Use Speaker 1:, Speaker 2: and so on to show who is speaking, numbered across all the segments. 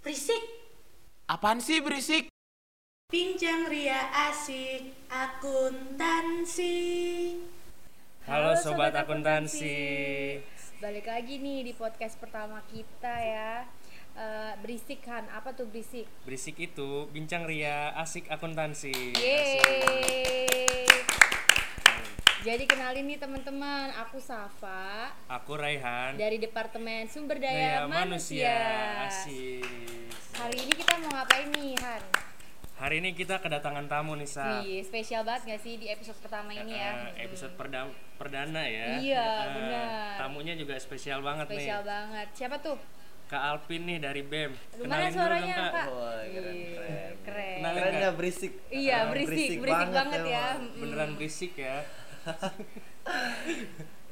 Speaker 1: Berisik,
Speaker 2: Apaan sih berisik?
Speaker 1: pinjam ria asik, akuntansi.
Speaker 3: Halo sobat akuntansi.
Speaker 4: Balik lagi nih di podcast pertama kita ya. Eh, berisik kan? Apa tuh berisik?
Speaker 3: Berisik itu bincang ria asik akuntansi.
Speaker 4: Yeay. Jadi kenalin nih teman-teman, aku Safa
Speaker 3: Aku Raihan
Speaker 4: dari Departemen Sumber
Speaker 3: Daya
Speaker 4: Daya, Manusia.
Speaker 3: Asik.
Speaker 4: Hari ini kita mau ngapain nih, Han?
Speaker 3: Hari ini kita kedatangan tamu nih, Sa.
Speaker 4: Wih, spesial banget gak sih di episode pertama Iya, ini ya?
Speaker 3: Eh, episode perda- perdana ya.
Speaker 4: Iya,
Speaker 3: Eh,
Speaker 4: benar.
Speaker 3: Tamunya juga spesial banget
Speaker 4: Spesial
Speaker 3: nih.
Speaker 4: banget. Siapa tuh?
Speaker 3: Kak Alpin nih dari BEM.
Speaker 4: Gimana
Speaker 3: Kenalin
Speaker 4: suaranya,
Speaker 3: dulu dong, Kak.
Speaker 4: Kak?
Speaker 5: Woi, keren,
Speaker 4: Ih,
Speaker 5: keren.
Speaker 4: keren.
Speaker 3: Kenalin,
Speaker 5: Keren
Speaker 3: Kak.
Speaker 5: nggak berisik?
Speaker 4: Iya,
Speaker 5: Eh,
Speaker 4: berisik, berisik, banget, ya.
Speaker 5: emang.
Speaker 4: Mm.
Speaker 3: Beneran berisik ya.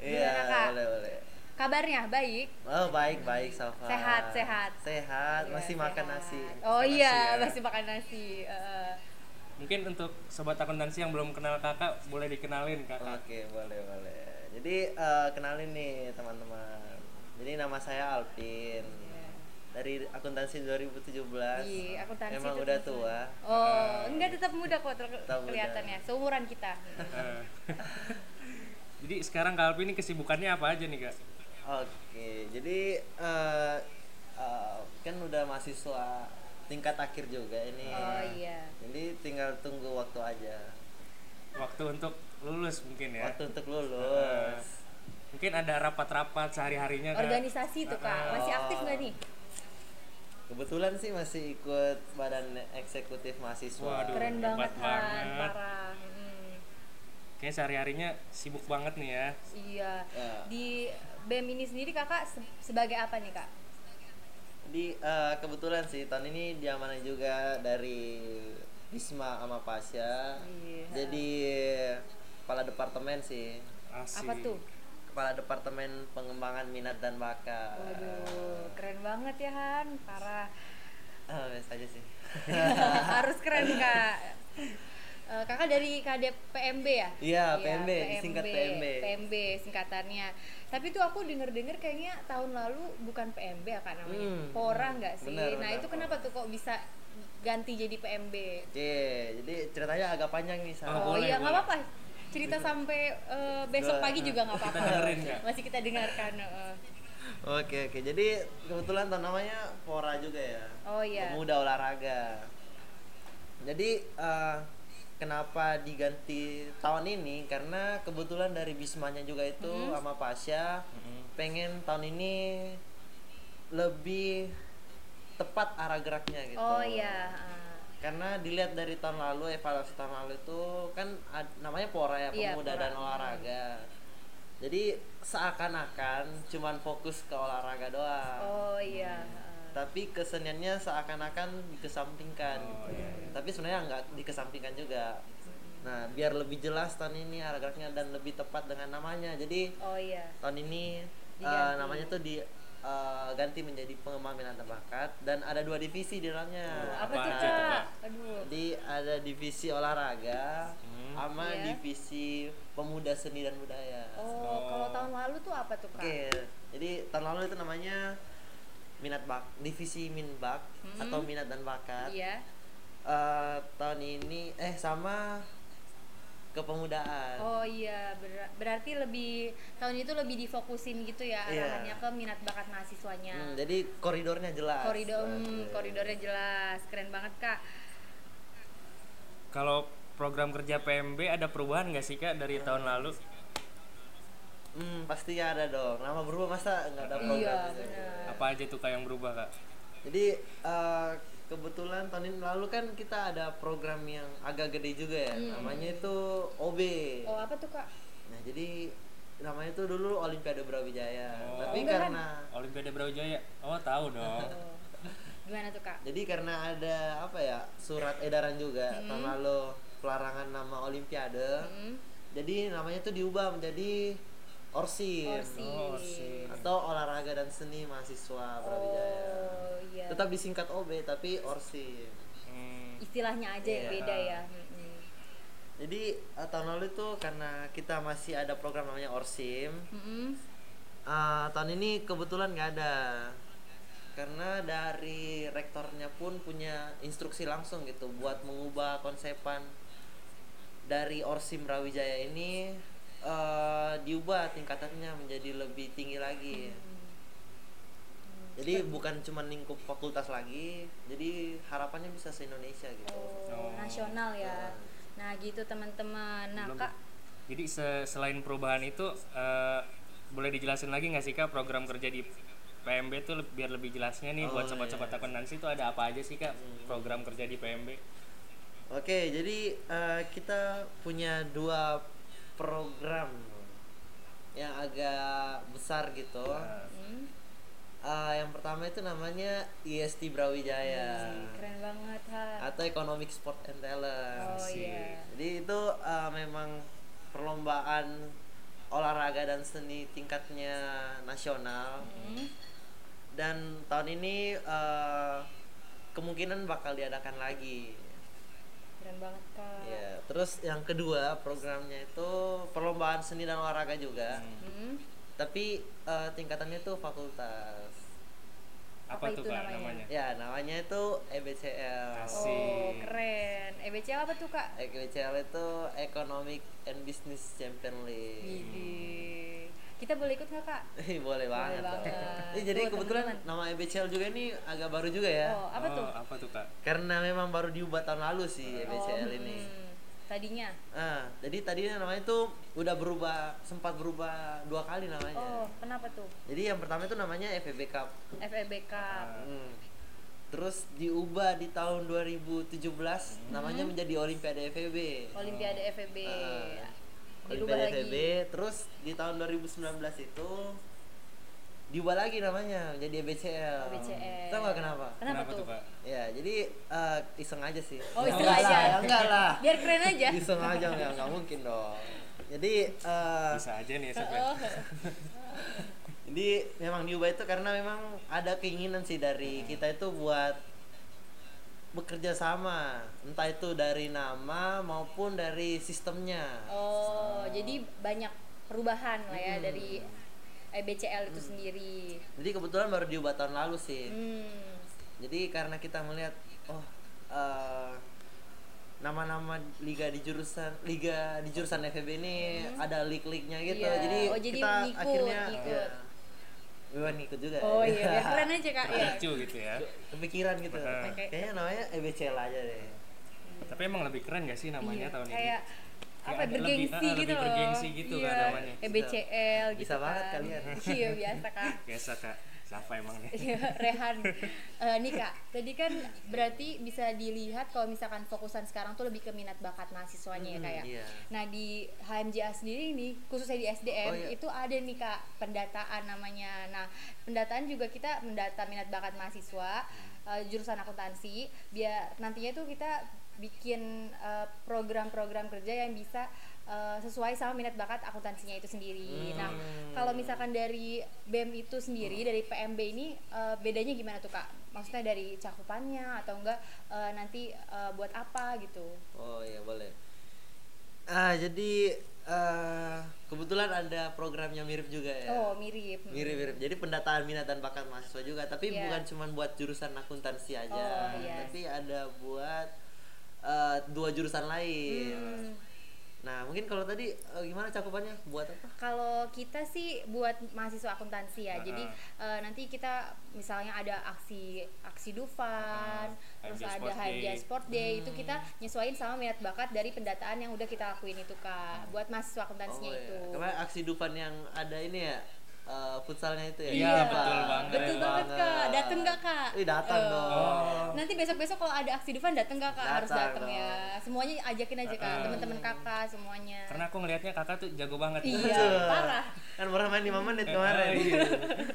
Speaker 5: Iya,
Speaker 4: Gimana, Kak?
Speaker 5: boleh boleh.
Speaker 4: Kabarnya baik?
Speaker 5: Oh baik baik Safa.
Speaker 4: Sehat, sehat.
Speaker 5: Sehat,
Speaker 4: Iya,
Speaker 5: masih makan
Speaker 4: sehat.
Speaker 5: nasi.
Speaker 4: Oh
Speaker 3: Makan
Speaker 4: iya,
Speaker 3: nasi ya.
Speaker 4: masih makan nasi. Heeh.
Speaker 3: Mungkin untuk sobat akuntansi yang belum kenal Kakak boleh dikenalin, Kakak.
Speaker 5: Oke boleh boleh. Jadi eh, kenalin nih teman-teman. Jadi nama saya Alvin. Dari akuntansi 2017.
Speaker 4: Iya, akuntansi
Speaker 5: Emang
Speaker 4: itu
Speaker 5: udah
Speaker 4: tuh.
Speaker 5: tua.
Speaker 4: Oh, enggak tetap muda kok ter-
Speaker 5: Tetap muda.
Speaker 4: kelihatannya. Seumuran kita.
Speaker 3: Eh. Jadi sekarang Kak Alpi ini kesibukannya apa aja nih Kak?
Speaker 5: Oke, jadi eh, eh, kan udah mahasiswa tingkat akhir juga ini.
Speaker 4: Oh iya.
Speaker 5: Jadi tinggal tunggu waktu aja.
Speaker 3: Waktu untuk lulus mungkin ya?
Speaker 5: Waktu untuk lulus.
Speaker 3: Mungkin ada rapat-rapat sehari-harinya Kak?
Speaker 4: Organisasi tuh Kak, masih aktif nggak nih?
Speaker 5: Kebetulan sih masih ikut badan eksekutif mahasiswa.
Speaker 3: Waduh.
Speaker 4: Keren
Speaker 3: hebat
Speaker 4: banget Han,
Speaker 3: banget.
Speaker 4: parah. Mm.
Speaker 3: Kayaknya sehari-harinya sibuk banget nih ya
Speaker 4: Iya.
Speaker 5: Ya.
Speaker 4: Di BEM ini sendiri Kakak se- sebagai apa nih Kak?
Speaker 5: Jadi eh, kebetulan sih tahun ini diamanai juga dari Bisma sama Pasya.
Speaker 4: Iya.
Speaker 5: Jadi kepala departemen sih.
Speaker 3: Asik.
Speaker 4: Apa tuh?
Speaker 5: Kepala departemen pengembangan minat dan bakat.
Speaker 4: Waduh, keren banget ya Han, parah.
Speaker 5: Ah, biasa aja sih.
Speaker 4: Harus keren Kak. Eh, kakak dari KDPMB ya?
Speaker 5: Iya, PMB, singkat PMB.
Speaker 4: PMB singkatannya. Tapi tuh aku denger-denger kayaknya tahun lalu bukan PMB ya Kak namanya.
Speaker 5: Hmm,
Speaker 4: Pora nggak sih?
Speaker 5: benar,
Speaker 4: nah,
Speaker 5: benar,
Speaker 4: itu kenapa tuh kok bisa ganti jadi PMB?
Speaker 5: Oke, jadi ceritanya agak panjang nih sama.
Speaker 3: Oh, boleh,
Speaker 4: iya nggak
Speaker 3: boleh.
Speaker 4: apa-apa. Cerita sampai eh, besok
Speaker 5: Boleh.
Speaker 4: pagi juga nggak apa-apa.
Speaker 3: dengerin, Kak.
Speaker 4: Masih kita dengarkan. heeh.
Speaker 5: Oke oke, jadi kebetulan tahun namanya Pora juga ya.
Speaker 4: Oh iya.
Speaker 5: Pemuda olahraga. Jadi eh, kenapa diganti tahun ini? Karena kebetulan dari Bismanya juga itu
Speaker 4: Mm-hmm.
Speaker 5: sama Pasya pengen tahun ini lebih tepat arah geraknya gitu.
Speaker 4: Oh iya. heeh.
Speaker 5: Karena dilihat dari tahun lalu evaluasi tahun lalu itu kan ad- namanya Pora ya
Speaker 4: Iya,
Speaker 5: pemuda
Speaker 4: Pora.
Speaker 5: dan olahraga. Jadi seakan-akan cuman fokus ke olahraga doang
Speaker 4: Oh iya. heeh.
Speaker 5: tapi keseniannya seakan-akan dikesampingkan gitu. tapi sebenarnya nggak dikesampingkan juga nah biar lebih jelas tahun ini arah geraknya dan lebih tepat dengan namanya jadi
Speaker 4: Oh iya.
Speaker 5: tahun ini eh,
Speaker 4: Diganti.
Speaker 5: namanya tuh di eh, ganti menjadi pengembang minat dan bakat dan ada dua divisi di dalamnya
Speaker 4: Oh, Apa
Speaker 3: Apaan
Speaker 4: tuh
Speaker 3: itu,
Speaker 4: Kak?
Speaker 3: Kak?
Speaker 4: Aduh.
Speaker 5: jadi ada divisi olahraga sama
Speaker 4: Iya.
Speaker 5: divisi pemuda seni dan budaya
Speaker 4: Oh, kalau tahun lalu tuh apa tuh Kak?
Speaker 5: Oke, jadi tahun lalu itu namanya minat bak divisi minbak atau minat dan bakat.
Speaker 4: Hmm. Iya.
Speaker 5: Eh, tahun ini eh sama kepemudaan.
Speaker 4: Oh iya, ber- berarti lebih tahun itu lebih difokusin gitu ya
Speaker 5: Iya.
Speaker 4: arahannya ke minat bakat mahasiswanya.
Speaker 5: Hmm, jadi koridornya jelas.
Speaker 4: iya. Koridor
Speaker 5: Oke.
Speaker 4: hmm, koridornya jelas, keren banget Kak.
Speaker 3: Kalau program kerja PMB ada perubahan nggak sih Kak dari tahun lalu?
Speaker 5: Hmm, pasti ada dong. Nama berubah masa nggak ada program.
Speaker 4: Iya,
Speaker 5: gitu?
Speaker 4: benar.
Speaker 3: Apa aja tuh Kak yang berubah Kak?
Speaker 5: Jadi eh, kebetulan tahun ini- lalu kan kita ada program yang agak gede juga ya. Namanya itu OB.
Speaker 4: Hmm. Oh, apa tuh Kak?
Speaker 5: Nah, jadi namanya itu dulu Olimpiade Brawijaya.
Speaker 3: Oh.
Speaker 5: Tapi
Speaker 4: Beneran?
Speaker 5: karena
Speaker 3: Olimpiade Brawijaya? Oh tahu dong
Speaker 4: Oh. Gimana tuh Kak?
Speaker 5: Jadi karena ada apa ya surat edaran juga tahun lalu pelarangan nama Olimpiade.
Speaker 4: Hmm?
Speaker 5: Jadi namanya tuh diubah menjadi Orsin
Speaker 4: Orsi.
Speaker 3: Oh, sih.
Speaker 5: atau Olahraga dan Seni Mahasiswa Brawijaya.
Speaker 4: Oh, iya.
Speaker 5: Tetap disingkat OB tapi Orsin.
Speaker 3: Hmm,
Speaker 4: Istilahnya aja yang
Speaker 5: Iya.
Speaker 4: beda ya. Mm-mm. hmm.
Speaker 5: Jadi eh, tahun lalu tuh karena kita masih ada program namanya Orsim,
Speaker 4: Mm-mm.
Speaker 5: eh, tahun ini kebetulan nggak ada karena dari rektornya pun punya instruksi langsung gitu buat mengubah konsepan dari Orsim Rawijaya ini eh, diubah tingkatannya menjadi lebih tinggi lagi. Jadi bukan cuma lingkup fakultas lagi, jadi harapannya bisa se-Indonesia gitu.
Speaker 4: Oh, nasional
Speaker 5: Iya.
Speaker 4: ya. Nah, gitu teman-teman. Nah,
Speaker 3: Belum.
Speaker 4: Kak,
Speaker 3: Jadi se- selain perubahan itu eh, boleh dijelasin lagi nggak sih kak program kerja di PMB tuh le- biar lebih jelasnya nih buat
Speaker 5: Oh, Hmm.
Speaker 3: sobat-sobat akuntansi itu ada apa aja sih kak program kerja di PMB?
Speaker 5: Oke, jadi eh, kita punya dua program yang agak besar gitu.
Speaker 4: hmm,
Speaker 5: Eh, yang pertama itu namanya IST Brawijaya
Speaker 4: keren banget, ha.
Speaker 5: atau Economic Sport and
Speaker 4: Oh,
Speaker 5: Talent. Asik.
Speaker 4: iya.
Speaker 5: Jadi itu eh, memang perlombaan olahraga dan seni tingkatnya nasional.
Speaker 4: Hmm,
Speaker 5: Dan tahun ini eh, kemungkinan bakal diadakan lagi.
Speaker 4: keren banget, Kak.
Speaker 5: Ya, terus yang kedua programnya itu perlombaan seni dan olahraga juga.
Speaker 4: Hmm,
Speaker 5: Tapi eh, tingkatannya itu fakultas.
Speaker 3: Apa, tuh
Speaker 4: Apa itu
Speaker 3: kak
Speaker 4: namanya?
Speaker 3: namanya?
Speaker 5: Ya, namanya itu EBCL.
Speaker 3: Asik.
Speaker 4: Oh, keren. EBCL apa tuh, Kak?
Speaker 5: Eh, E EBCL itu Economic and Business Champion League.
Speaker 4: Widih. Kita boleh ikut nggak, Kak?
Speaker 5: Ih, boleh banget. dong.
Speaker 4: banget.
Speaker 5: Ih, jadi
Speaker 4: Tuh,
Speaker 5: kebetulan
Speaker 4: teman-teman.
Speaker 5: nama E EBCL juga ini agak baru juga ya.
Speaker 4: Oh, apa
Speaker 3: Oh,
Speaker 4: tuh?
Speaker 3: Apa tuh kak?
Speaker 5: Karena memang baru diubah tahun lalu sih E EBCL
Speaker 4: Oh,
Speaker 5: ini.
Speaker 4: hmm, Tadinya.
Speaker 5: Ah, jadi tadinya namanya itu udah berubah, sempat berubah dua kali
Speaker 4: Oh,
Speaker 5: namanya.
Speaker 4: kenapa tuh?
Speaker 5: Jadi yang pertama itu namanya FEB Cup.
Speaker 4: Ah.
Speaker 3: Ah,
Speaker 4: FEB
Speaker 3: Eh,
Speaker 4: Cup.
Speaker 5: Hmm. Terus diubah di tahun 2017
Speaker 4: Hmm.
Speaker 5: namanya menjadi Olimpiade FEB.
Speaker 4: Olimpiade FEB.
Speaker 5: Ah.
Speaker 4: Dirubah lagi.
Speaker 5: Olimpiade FEB. Terus di tahun 2019 itu diubah lagi namanya menjadi EBCL.
Speaker 4: EBCL.
Speaker 5: Tahu nggak kenapa?
Speaker 4: Kenapa, tuh?
Speaker 3: kak?
Speaker 5: Ya, jadi eh, iseng aja sih.
Speaker 4: Oh, iseng
Speaker 5: Enggak
Speaker 4: aja.
Speaker 5: Lah, ya enggak lah.
Speaker 4: Biar keren aja.
Speaker 5: iseng aja enggak, enggak mungkin dong. Jadi eh,
Speaker 3: Bisa aja nih ya. SMP.
Speaker 4: Oh,
Speaker 5: Jadi memang diubah itu karena memang ada keinginan sih dari kita itu buat bekerja sama, entah itu dari nama maupun dari sistemnya.
Speaker 4: oh, jadi banyak perubahan lah ya dari EBCL itu sendiri.
Speaker 5: Jadi kebetulan baru diubah tahun lalu sih.
Speaker 4: Hmm.
Speaker 5: Jadi karena kita melihat oh eh, nama-nama liga di jurusan liga di jurusan FEB ini ada lig-lignya gitu.
Speaker 4: Hmm. Iya.
Speaker 5: Jadi,
Speaker 4: Oh, jadi
Speaker 5: kita
Speaker 4: ngikut,
Speaker 5: akhirnya
Speaker 4: ngikut.
Speaker 5: Ya, memang ngikut juga.
Speaker 4: Oh iya, biar keren aja Kak ya.
Speaker 3: Lucu gitu ya.
Speaker 5: Kepikiran gitu.
Speaker 3: Bener.
Speaker 5: Kayaknya namanya E EBCL aja deh.
Speaker 3: Tapi emang lebih keren gak sih namanya
Speaker 4: Iya,
Speaker 3: tahun ini?
Speaker 4: kayak apa
Speaker 3: ada
Speaker 4: ya,
Speaker 3: lebih-
Speaker 4: bergengsi
Speaker 3: ah, lebih
Speaker 4: gitu loh.
Speaker 3: bergengsi gitu kan
Speaker 4: iya,
Speaker 3: namanya.
Speaker 4: EBCL
Speaker 5: Bisa
Speaker 4: gitu
Speaker 5: banget
Speaker 4: kan.
Speaker 5: kalian.
Speaker 4: Iya, biasa Kak.
Speaker 3: Biasa kak. Siapa emang nih?
Speaker 4: Iya, Rehan, Eh, nih kak, tadi kan berarti bisa dilihat kalau misalkan fokusan sekarang tuh lebih ke minat bakat mahasiswanya ya kak ya.
Speaker 5: Hmm, iya.
Speaker 4: Nah di HMJA sendiri nih, khususnya di SDM
Speaker 5: Oh, iya.
Speaker 4: itu ada nih kak pendataan namanya. Nah pendataan juga kita mendata minat bakat mahasiswa eh, jurusan akuntansi, biar nantinya tuh kita bikin eh, program-program kerja yang bisa eh, sesuai sama minat bakat akuntansinya itu sendiri. Nah kalau misalkan dari BEM itu sendiri dari PMB ini eh, bedanya gimana tuh kak? Maksudnya dari cakupannya atau enggak eh, nanti eh, buat apa gitu?
Speaker 5: Oh iya boleh. Ah jadi eh, kebetulan ada programnya mirip juga ya.
Speaker 4: Oh mirip.
Speaker 5: Mirip-mirip. Jadi pendataan minat dan bakat mahasiswa juga, tapi
Speaker 4: Iya.
Speaker 5: bukan cuma buat jurusan akuntansi aja,
Speaker 4: Oh, iya.
Speaker 5: tapi ada buat eh, dua jurusan lain.
Speaker 4: Hmm.
Speaker 5: Nah mungkin kalau tadi eh, gimana cakupannya buat apa?
Speaker 4: Kalau kita sih buat mahasiswa akuntansi ya, jadi eh, nanti kita misalnya ada aksi aksi Dufan,
Speaker 3: Ah,
Speaker 4: terus
Speaker 3: HMJ
Speaker 4: ada
Speaker 3: Sport
Speaker 4: HMJ
Speaker 3: Day. Hmm.
Speaker 4: Sport Day, itu kita nyesuaiin sama minat bakat dari pendataan yang udah kita lakuin itu
Speaker 3: Hmm.
Speaker 4: kak, buat mahasiswa akuntansinya
Speaker 5: iya.
Speaker 4: itu.
Speaker 5: Kemarin aksi Dufan yang ada ini ya eh, futsalnya itu ya.
Speaker 3: Iya, betul banget.
Speaker 4: Betul
Speaker 3: Keren
Speaker 4: banget kak, dateng gak kak?
Speaker 5: Ih, datang
Speaker 4: Eh,
Speaker 3: Oh.
Speaker 5: dong.
Speaker 4: Nanti besok-besok kalau ada aksi Dufan dateng gak kak? Harus dateng
Speaker 5: Datang dong.
Speaker 4: ya. Semuanya ajakin aja kak, teman-teman kakak semuanya.
Speaker 3: Karena aku ngelihatnya kakak tuh jago banget.
Speaker 4: Iya,
Speaker 5: Betul.
Speaker 4: parah.
Speaker 5: Kan baru main 5 menit kemarin.
Speaker 3: Oh, iya.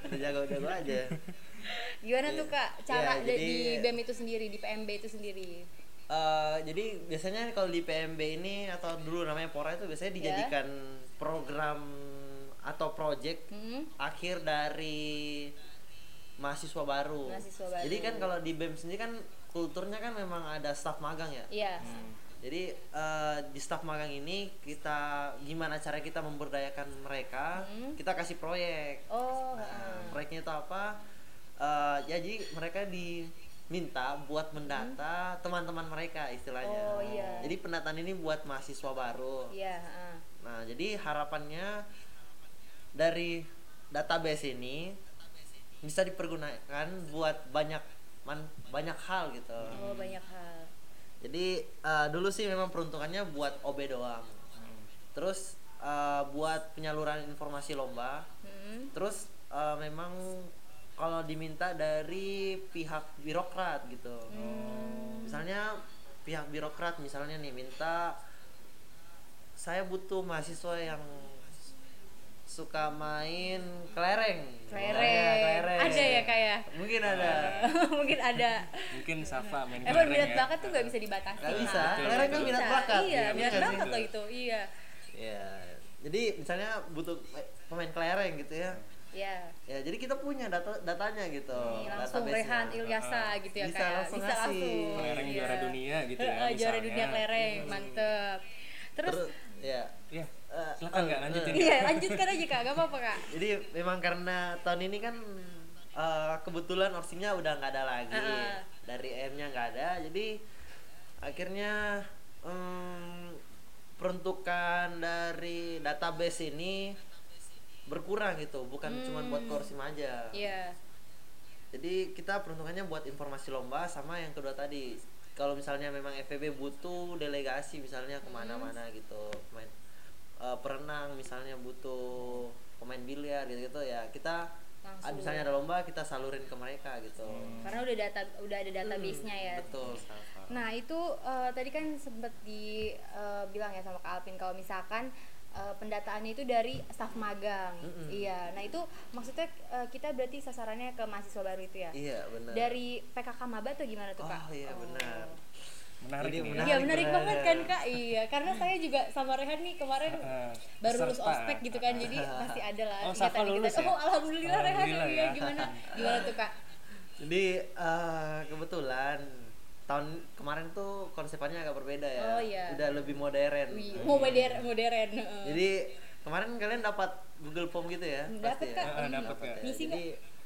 Speaker 5: Udah jago-jago aja.
Speaker 4: Gimana tuh kak cara
Speaker 5: Iya,
Speaker 4: di- di
Speaker 5: jadi-
Speaker 4: BEM itu sendiri, di PMB itu sendiri?
Speaker 5: Eh, jadi biasanya kalau di PMB ini atau dulu namanya Pora itu
Speaker 4: Iya.
Speaker 5: biasanya dijadikan program atau project
Speaker 4: Hmm?
Speaker 5: akhir dari mahasiswa baru.
Speaker 4: Mahasiswa baru.
Speaker 5: E
Speaker 3: Hmm.
Speaker 5: Jadi kan kalau di BEM sendiri kan kulturnya kan memang ada staff magang ya.
Speaker 4: Iya.
Speaker 5: Jadi eh, di staf magang ini kita gimana cara kita memberdayakan mereka?
Speaker 4: Hmm.
Speaker 5: Kita kasih proyek.
Speaker 4: Oh,
Speaker 5: Nah, proyeknya itu apa? Eh, ya, jadi mereka diminta buat mendata teman-teman mereka
Speaker 4: Hmm.
Speaker 5: istilahnya.
Speaker 4: Oh, iya.
Speaker 5: Jadi pendataan ini buat mahasiswa baru.
Speaker 4: iya. ah.
Speaker 5: Nah, jadi harapannya dari database ini bisa dipergunakan buat banyak man- banyak hal gitu.
Speaker 4: Oh
Speaker 3: Hmm.
Speaker 4: banyak hal.
Speaker 5: Jadi eh, dulu sih memang peruntukannya buat OB doang.
Speaker 4: Hmm.
Speaker 5: Terus eh, buat penyaluran informasi lomba.
Speaker 4: Hmm.
Speaker 5: Terus eh, memang kalau diminta dari pihak birokrat gitu.
Speaker 4: Hmm.
Speaker 5: Misalnya pihak birokrat misalnya nih minta saya butuh mahasiswa yang suka main kelereng. Misalnya
Speaker 4: Kelereng. Ada ya kayak.
Speaker 5: Mungkin ada.
Speaker 4: Mungkin ada.
Speaker 3: Mungkin Safa main
Speaker 4: Emang
Speaker 3: kelereng
Speaker 4: minat
Speaker 3: ya.
Speaker 4: bakat tuh gak bisa dibatasi.
Speaker 5: Gak
Speaker 4: Nah,
Speaker 5: bisa.
Speaker 4: nggak
Speaker 5: Kelereng kan
Speaker 4: bisa.
Speaker 5: minat bakat.
Speaker 4: Iya,
Speaker 5: Iya,
Speaker 4: minat
Speaker 5: kan?
Speaker 4: bakat loh itu. Iya.
Speaker 5: Iya. Jadi misalnya butuh pemain kelereng gitu ya.
Speaker 4: Iya.
Speaker 5: Ya, jadi kita punya data datanya gitu.
Speaker 3: Oh,
Speaker 4: Ini langsung
Speaker 5: database-nya.
Speaker 4: Rehan Ilyasa gitu ya
Speaker 5: Bisa
Speaker 4: kayak
Speaker 5: langsung
Speaker 4: bisa
Speaker 5: ngasih.
Speaker 4: langsung.
Speaker 3: Kelereng
Speaker 4: Iya.
Speaker 3: juara dunia gitu ya,
Speaker 4: Heeh, juara
Speaker 3: misalnya. Hmm.
Speaker 4: dunia kelereng. Mantep. Terus,
Speaker 5: Terus ya.
Speaker 3: Iya.
Speaker 5: eh,
Speaker 3: Silakan
Speaker 5: eh,
Speaker 3: nggak lanjutin.
Speaker 5: eh.
Speaker 4: iya lanjutkan aja Kak, gak apa-apa Kak.
Speaker 5: Jadi memang karena tahun ini kan eh, kebetulan opsinya udah nggak ada lagi.
Speaker 4: Heeh.
Speaker 5: Dari M-nya nggak ada. Jadi akhirnya em, peruntukan dari database ini berkurang gitu, bukan cuma buat korsim aja.
Speaker 4: Hmm. Iya.
Speaker 3: Hmm.
Speaker 5: Jadi kita peruntukannya buat informasi lomba sama yang kedua tadi. Kalau misalnya memang FEB butuh delegasi misalnya
Speaker 4: Hmm.
Speaker 5: kemana-mana gitu, main eh, perenang misalnya butuh pemain biliar gitu-gitu ya kita ah,
Speaker 4: Langsung. ya.
Speaker 5: misalnya ada lomba kita salurin ke mereka gitu.
Speaker 4: Karena udah data udah ada database-nya ya.
Speaker 5: Betul. Safa.
Speaker 4: Nah itu eh, tadi kan sempat dibilang ya sama Kak Alvin kalau misalkan eh, pendataannya itu dari staf magang, iya. Nah itu maksudnya eh, kita berarti sasarannya ke mahasiswa baru itu ya?
Speaker 5: Iya benar.
Speaker 4: Dari PKK Maba atau gimana tuh kak?
Speaker 5: Oh iya
Speaker 4: Oh.
Speaker 5: benar.
Speaker 3: Menarik
Speaker 5: Jadi
Speaker 3: nih.
Speaker 5: menarik.
Speaker 4: Iya menarik
Speaker 5: benar.
Speaker 4: banget kan kak, iya. Karena saya juga sama Rehan nih kemarin
Speaker 3: Heeh.
Speaker 4: baru lulus
Speaker 3: Peserta.
Speaker 4: ospek gitu kan, jadi masih ada lah.
Speaker 3: Oh, Safa
Speaker 4: ikatan-ikatan.
Speaker 3: lulus ya?
Speaker 4: Oh alhamdulillah, Rehan
Speaker 3: Alhamdulillah
Speaker 4: iya.
Speaker 3: ya.
Speaker 4: gimana? Gimana tuh kak?
Speaker 5: Jadi eh, kebetulan tahun kemarin tuh konsepannya agak berbeda ya.
Speaker 4: Oh, iya.
Speaker 5: Udah lebih modern.
Speaker 4: Wih, mau modern, modern. heeh.
Speaker 5: Jadi kemarin kalian dapat Google Form gitu ya?
Speaker 4: Dapat,
Speaker 5: pasti
Speaker 4: Kak.
Speaker 5: ya?
Speaker 3: Heeh, dapat
Speaker 5: Dapat
Speaker 3: ya.
Speaker 5: ya.
Speaker 4: Ngisi
Speaker 5: Jadi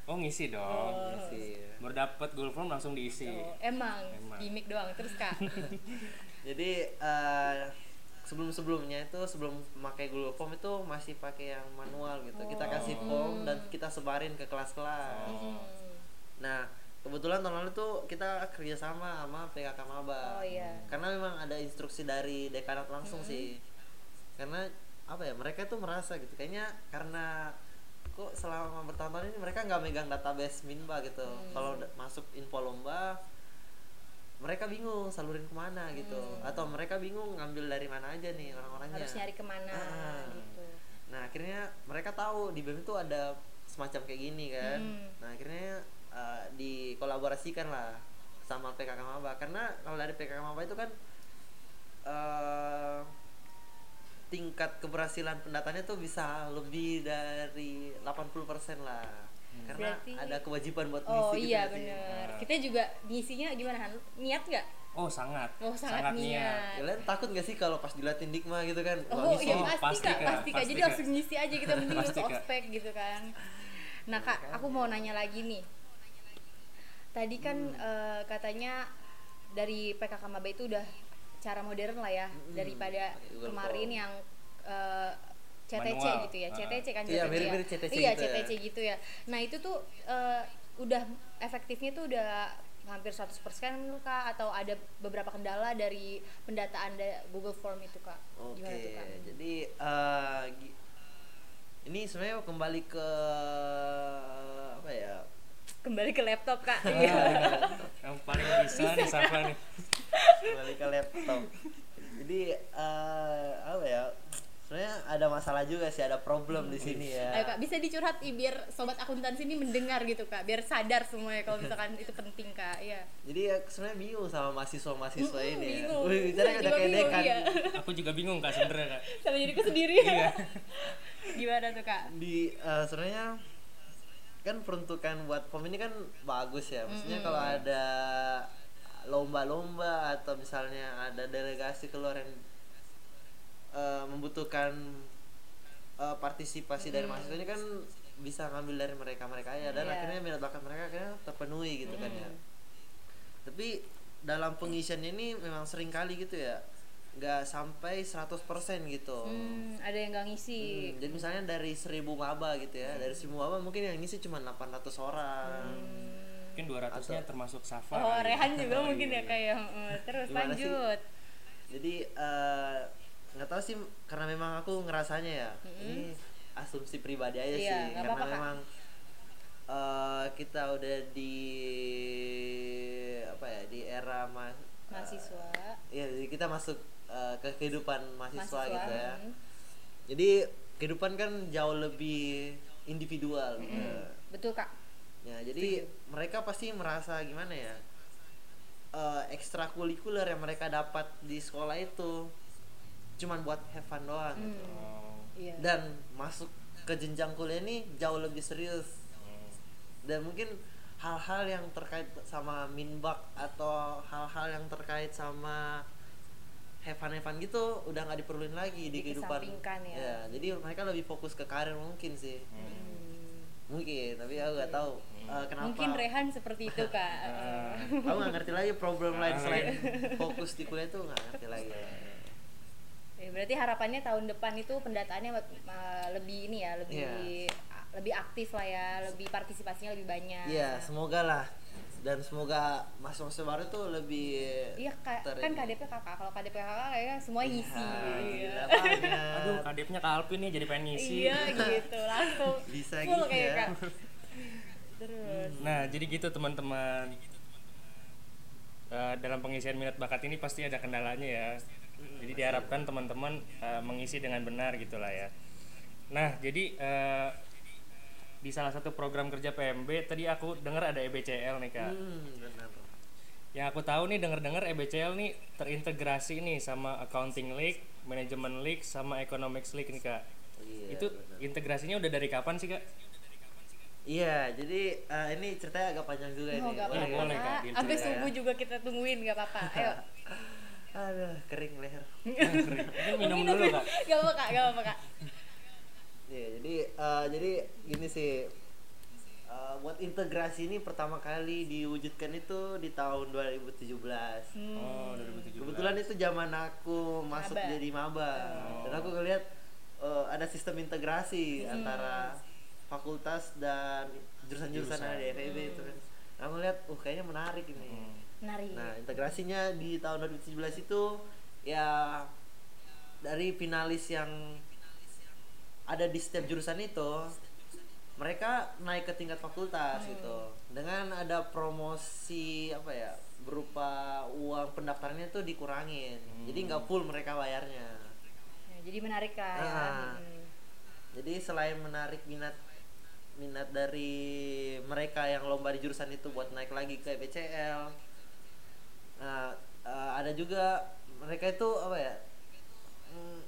Speaker 3: Oh ngisi dong. Iya.
Speaker 5: ngisi.
Speaker 3: Baru dapat goal form langsung diisi.
Speaker 5: Iya.
Speaker 4: Oh, emang,
Speaker 3: Emang.
Speaker 4: gimmick doang. Terus kak?
Speaker 5: Oh. Jadi eh, sebelum-sebelumnya itu sebelum pakai Google Form itu masih pakai yang manual gitu. Kita
Speaker 4: Oh.
Speaker 5: kasih form dan kita sebarin ke kelas-kelas.
Speaker 4: hmm,
Speaker 5: Nah, kebetulan tahun lalu tuh kita kerjasama sama PKK
Speaker 4: Oh,
Speaker 5: Maba.
Speaker 4: iya.
Speaker 5: Karena memang ada instruksi dari dekanat langsung sih. Karena apa ya? Mereka tuh merasa gitu. Kayaknya karena kok selama bertahun-tahun ini mereka nggak megang database minba gitu.
Speaker 4: Mm.
Speaker 5: Kalau da- masuk info lomba mereka bingung salurin kemana gitu atau mereka bingung ngambil dari mana aja nih orang-orangnya
Speaker 4: Mm. harus nyari kemana
Speaker 5: Iya. Ah.
Speaker 4: gitu.
Speaker 5: Nah akhirnya mereka tahu di BEM itu ada semacam kayak gini kan.
Speaker 4: Hmm.
Speaker 5: Nah akhirnya eh, dikolaborasikan lah sama PKK Maba karena kalau dari PKK Maba itu kan eh tingkat keberhasilan pendatanya tuh bisa lebih dari 80% lah. Karena
Speaker 4: Berarti-
Speaker 5: ada kewajiban buat
Speaker 4: Oh
Speaker 5: ngisi gitu
Speaker 4: iya
Speaker 5: nggak sih?
Speaker 4: bener. Kita juga ngisinya gimana Han? Niat nggak?
Speaker 3: Oh sangat.
Speaker 4: Oh sangat, niat.
Speaker 5: Ya, Kalian takut gak sih kalau pas dilatih dikma gitu kan? Wah,
Speaker 4: Oh
Speaker 5: ngisi
Speaker 4: iya
Speaker 5: nih.
Speaker 4: pasti,
Speaker 3: pasti,
Speaker 4: kak,
Speaker 3: Kak.
Speaker 4: pasti kak.
Speaker 3: Pasti,
Speaker 4: Jadi
Speaker 3: Kak.
Speaker 4: langsung ngisi aja kita mending lulus
Speaker 3: Pasti, Kak.
Speaker 4: ospek gitu kan. Nah kak, aku mau nanya lagi nih. Tadi kan eh, katanya dari PKK Maba itu udah cara modern lah ya daripada
Speaker 5: Pakai Google
Speaker 4: kemarin
Speaker 5: Form.
Speaker 4: yang eh, CTC
Speaker 3: Manual.
Speaker 4: gitu ya,
Speaker 3: Ah.
Speaker 4: CTC kan
Speaker 5: Iya,
Speaker 4: CTC
Speaker 5: mirip-mirip
Speaker 4: ya.
Speaker 5: CTC
Speaker 4: iya
Speaker 5: gitu ya.
Speaker 4: CTC gitu ya. Nah itu tuh eh, udah efektifnya tuh udah hampir 100% kak atau ada beberapa kendala dari pendataan da- Google Form itu kak?
Speaker 5: Oke,
Speaker 4: Gimana tuh kak?
Speaker 5: jadi eh, gi- ini sebenarnya kembali ke apa ya?
Speaker 4: Kembali ke laptop kak. Iya. kan?
Speaker 3: Yang paling bisa, nih Safa nih.
Speaker 5: Kembali ke laptop. jadi eh, apa ya? Sebenarnya ada masalah juga sih, ada problem di sini
Speaker 4: Ayo
Speaker 5: ya.
Speaker 4: kak bisa dicurhat i, biar sobat akuntansi ini mendengar gitu kak, biar sadar semuanya kalau misalkan itu penting kak. Iya.
Speaker 5: Jadi ya, sebenarnya bingung sama mahasiswa-mahasiswa
Speaker 4: Mm-mm,
Speaker 5: ini. Ya.
Speaker 4: bingung.
Speaker 5: Wih, bicara
Speaker 4: Saya
Speaker 5: udah
Speaker 4: juga
Speaker 5: kayak
Speaker 4: bingung,
Speaker 5: dekan.
Speaker 4: iya.
Speaker 3: Aku juga bingung kak sebenernya kak.
Speaker 4: Sama jadi kesendirian.
Speaker 3: Iya.
Speaker 4: Gimana tuh kak?
Speaker 5: di eh, sebenarnya kan peruntukan buat pom ini kan bagus ya maksudnya kalau ada lomba-lomba atau misalnya ada delegasi keluar yang eh, membutuhkan eh, partisipasi dari mahasiswa ini kan bisa ngambil dari mereka mereka ya dan
Speaker 4: Iya.
Speaker 5: akhirnya minat bakat mereka akhirnya terpenuhi gitu kan ya tapi dalam pengisian ini memang sering kali gitu ya nggak sampai 100% gitu
Speaker 4: Hmm, ada yang gak ngisi.
Speaker 5: Hmm, jadi misalnya dari 1000 maba gitu ya dari 1000 maba mungkin yang ngisi cuma 800 orang
Speaker 4: Hmm.
Speaker 3: mungkin 200-nya termasuk Safa.
Speaker 4: Oh,
Speaker 3: kali ya.
Speaker 4: Rehan juga mungkin ya kayak eh, terus
Speaker 5: Iya. Gimana sih?
Speaker 4: lanjut.
Speaker 5: jadi eh, nggak tahu sih karena memang aku ngerasanya ya ini asumsi pribadi aja
Speaker 4: Hmm. Iya,
Speaker 5: sih
Speaker 4: nggak
Speaker 5: karena
Speaker 4: apa-apa, Kak.
Speaker 5: memang eh, kita udah di apa ya di era mas
Speaker 4: Mahasiswa,
Speaker 5: ya jadi kita masuk eh, ke kehidupan mahasiswa,
Speaker 4: mahasiswa.
Speaker 5: gitu ya
Speaker 4: hmm.
Speaker 5: jadi kehidupan kan jauh lebih
Speaker 4: Hmm.
Speaker 5: individual gitu.
Speaker 4: Betul, Kak.
Speaker 5: Ya, jadi mereka pasti merasa gimana ya? Eh ekstrakurikuler yang mereka dapat di sekolah itu cuman buat have fun doang gitu.
Speaker 3: Oh,
Speaker 4: Iya.
Speaker 5: Dan masuk ke jenjang kuliah ini jauh lebih serius.
Speaker 3: hmm.
Speaker 5: Dan mungkin hal-hal yang terkait sama minbak atau hal-hal yang terkait sama have fun have fun gitu udah nggak diperluin lagi di kehidupan.
Speaker 4: Dikesampingkan ya.
Speaker 5: jadi mereka lebih fokus ke karir mungkin sih. Mungkin, tapi aku nggak tahu eh, kenapa.
Speaker 4: Hmm.
Speaker 5: Ah.
Speaker 4: Mungkin Rehan seperti itu, Kak. Eh,
Speaker 5: Aku nggak ngerti lagi problem lain selain fokus di kuliah itu nggak ngerti lagi.
Speaker 4: Ya, berarti harapannya tahun depan itu pendataannya eh, lebih ini ya, lebih
Speaker 5: Iya.
Speaker 4: a- lebih aktif lah ya, lebih partisipasinya lebih banyak.
Speaker 5: Iya, semoga lah dan semoga masuk-masuk baru tuh lebih
Speaker 4: Iya, Kak,
Speaker 5: ter-
Speaker 4: kan KDP kakak. Kalau KDP kakak kayaknya semua
Speaker 5: Iya,
Speaker 4: ngisi.
Speaker 5: Alhamdulillah
Speaker 4: Iya.
Speaker 5: banget.
Speaker 3: Nah. Aduh, kan. kadepnya Kak Alpin nih jadi pengen ngisi.
Speaker 4: Iya, gitu. Langsung
Speaker 5: Bisa
Speaker 4: full
Speaker 5: gitu
Speaker 4: kayak
Speaker 5: ya.
Speaker 4: Kak. Terus.
Speaker 3: Nah, jadi gitu teman-teman. Eh, dalam pengisian minat bakat ini pasti ada kendalanya ya. Jadi diharapkan teman-teman eh, mengisi dengan benar gitulah ya. Nah, jadi eh, di salah satu program kerja PMB tadi aku dengar ada E EBCL nih kak.
Speaker 5: Hmm, benar.
Speaker 3: Yang aku tahu nih dengar-dengar E EBCL nih terintegrasi nih sama Accounting League, Management League, sama Economics League nih kak.
Speaker 5: Iya.
Speaker 3: Itu integrasinya udah dari kapan sih kak?
Speaker 5: Iya, jadi eh, ini ceritanya agak panjang juga ini.
Speaker 4: Oh, gak
Speaker 5: Boleh
Speaker 4: apa-apa.
Speaker 3: boleh, Kak,
Speaker 4: Kak.
Speaker 3: diceritain
Speaker 4: Sampai
Speaker 5: ya.
Speaker 4: subuh juga kita tungguin, gak apa-apa. Ayo.
Speaker 5: nggak? Aduh, kering leher.
Speaker 3: Mungkin minum dulu kak.
Speaker 4: Gak apa-apa, Kak. Gak apa-apa, Kak.
Speaker 5: Iya, jadi eh, jadi gini sih. Eh, buat integrasi ini pertama kali diwujudkan itu di tahun 2017.
Speaker 3: Oh, 2017.
Speaker 5: Kebetulan itu zaman aku masuk
Speaker 4: Maba.
Speaker 5: jadi maba dan aku ngeliat eh, ada sistem integrasi antara fakultas dan jurusan-jurusan ada di FEB itu kan. Nah, Aku ngeliat, uh kayaknya menarik ini.
Speaker 3: Hmm.
Speaker 4: Nari.
Speaker 5: Nah integrasinya di tahun 2017 itu ya dari finalis yang ada di setiap jurusan itu mereka naik ke tingkat fakultas gitu dengan ada promosi apa ya berupa uang pendaftarannya itu dikurangin jadi nggak full mereka bayarnya
Speaker 4: Ya, jadi menarik, Kak. ya.
Speaker 5: Ah.
Speaker 4: Hmm.
Speaker 5: jadi selain menarik minat minat dari mereka yang lomba di jurusan itu buat naik lagi ke BCL nah eh, ada juga mereka itu apa ya Hmm,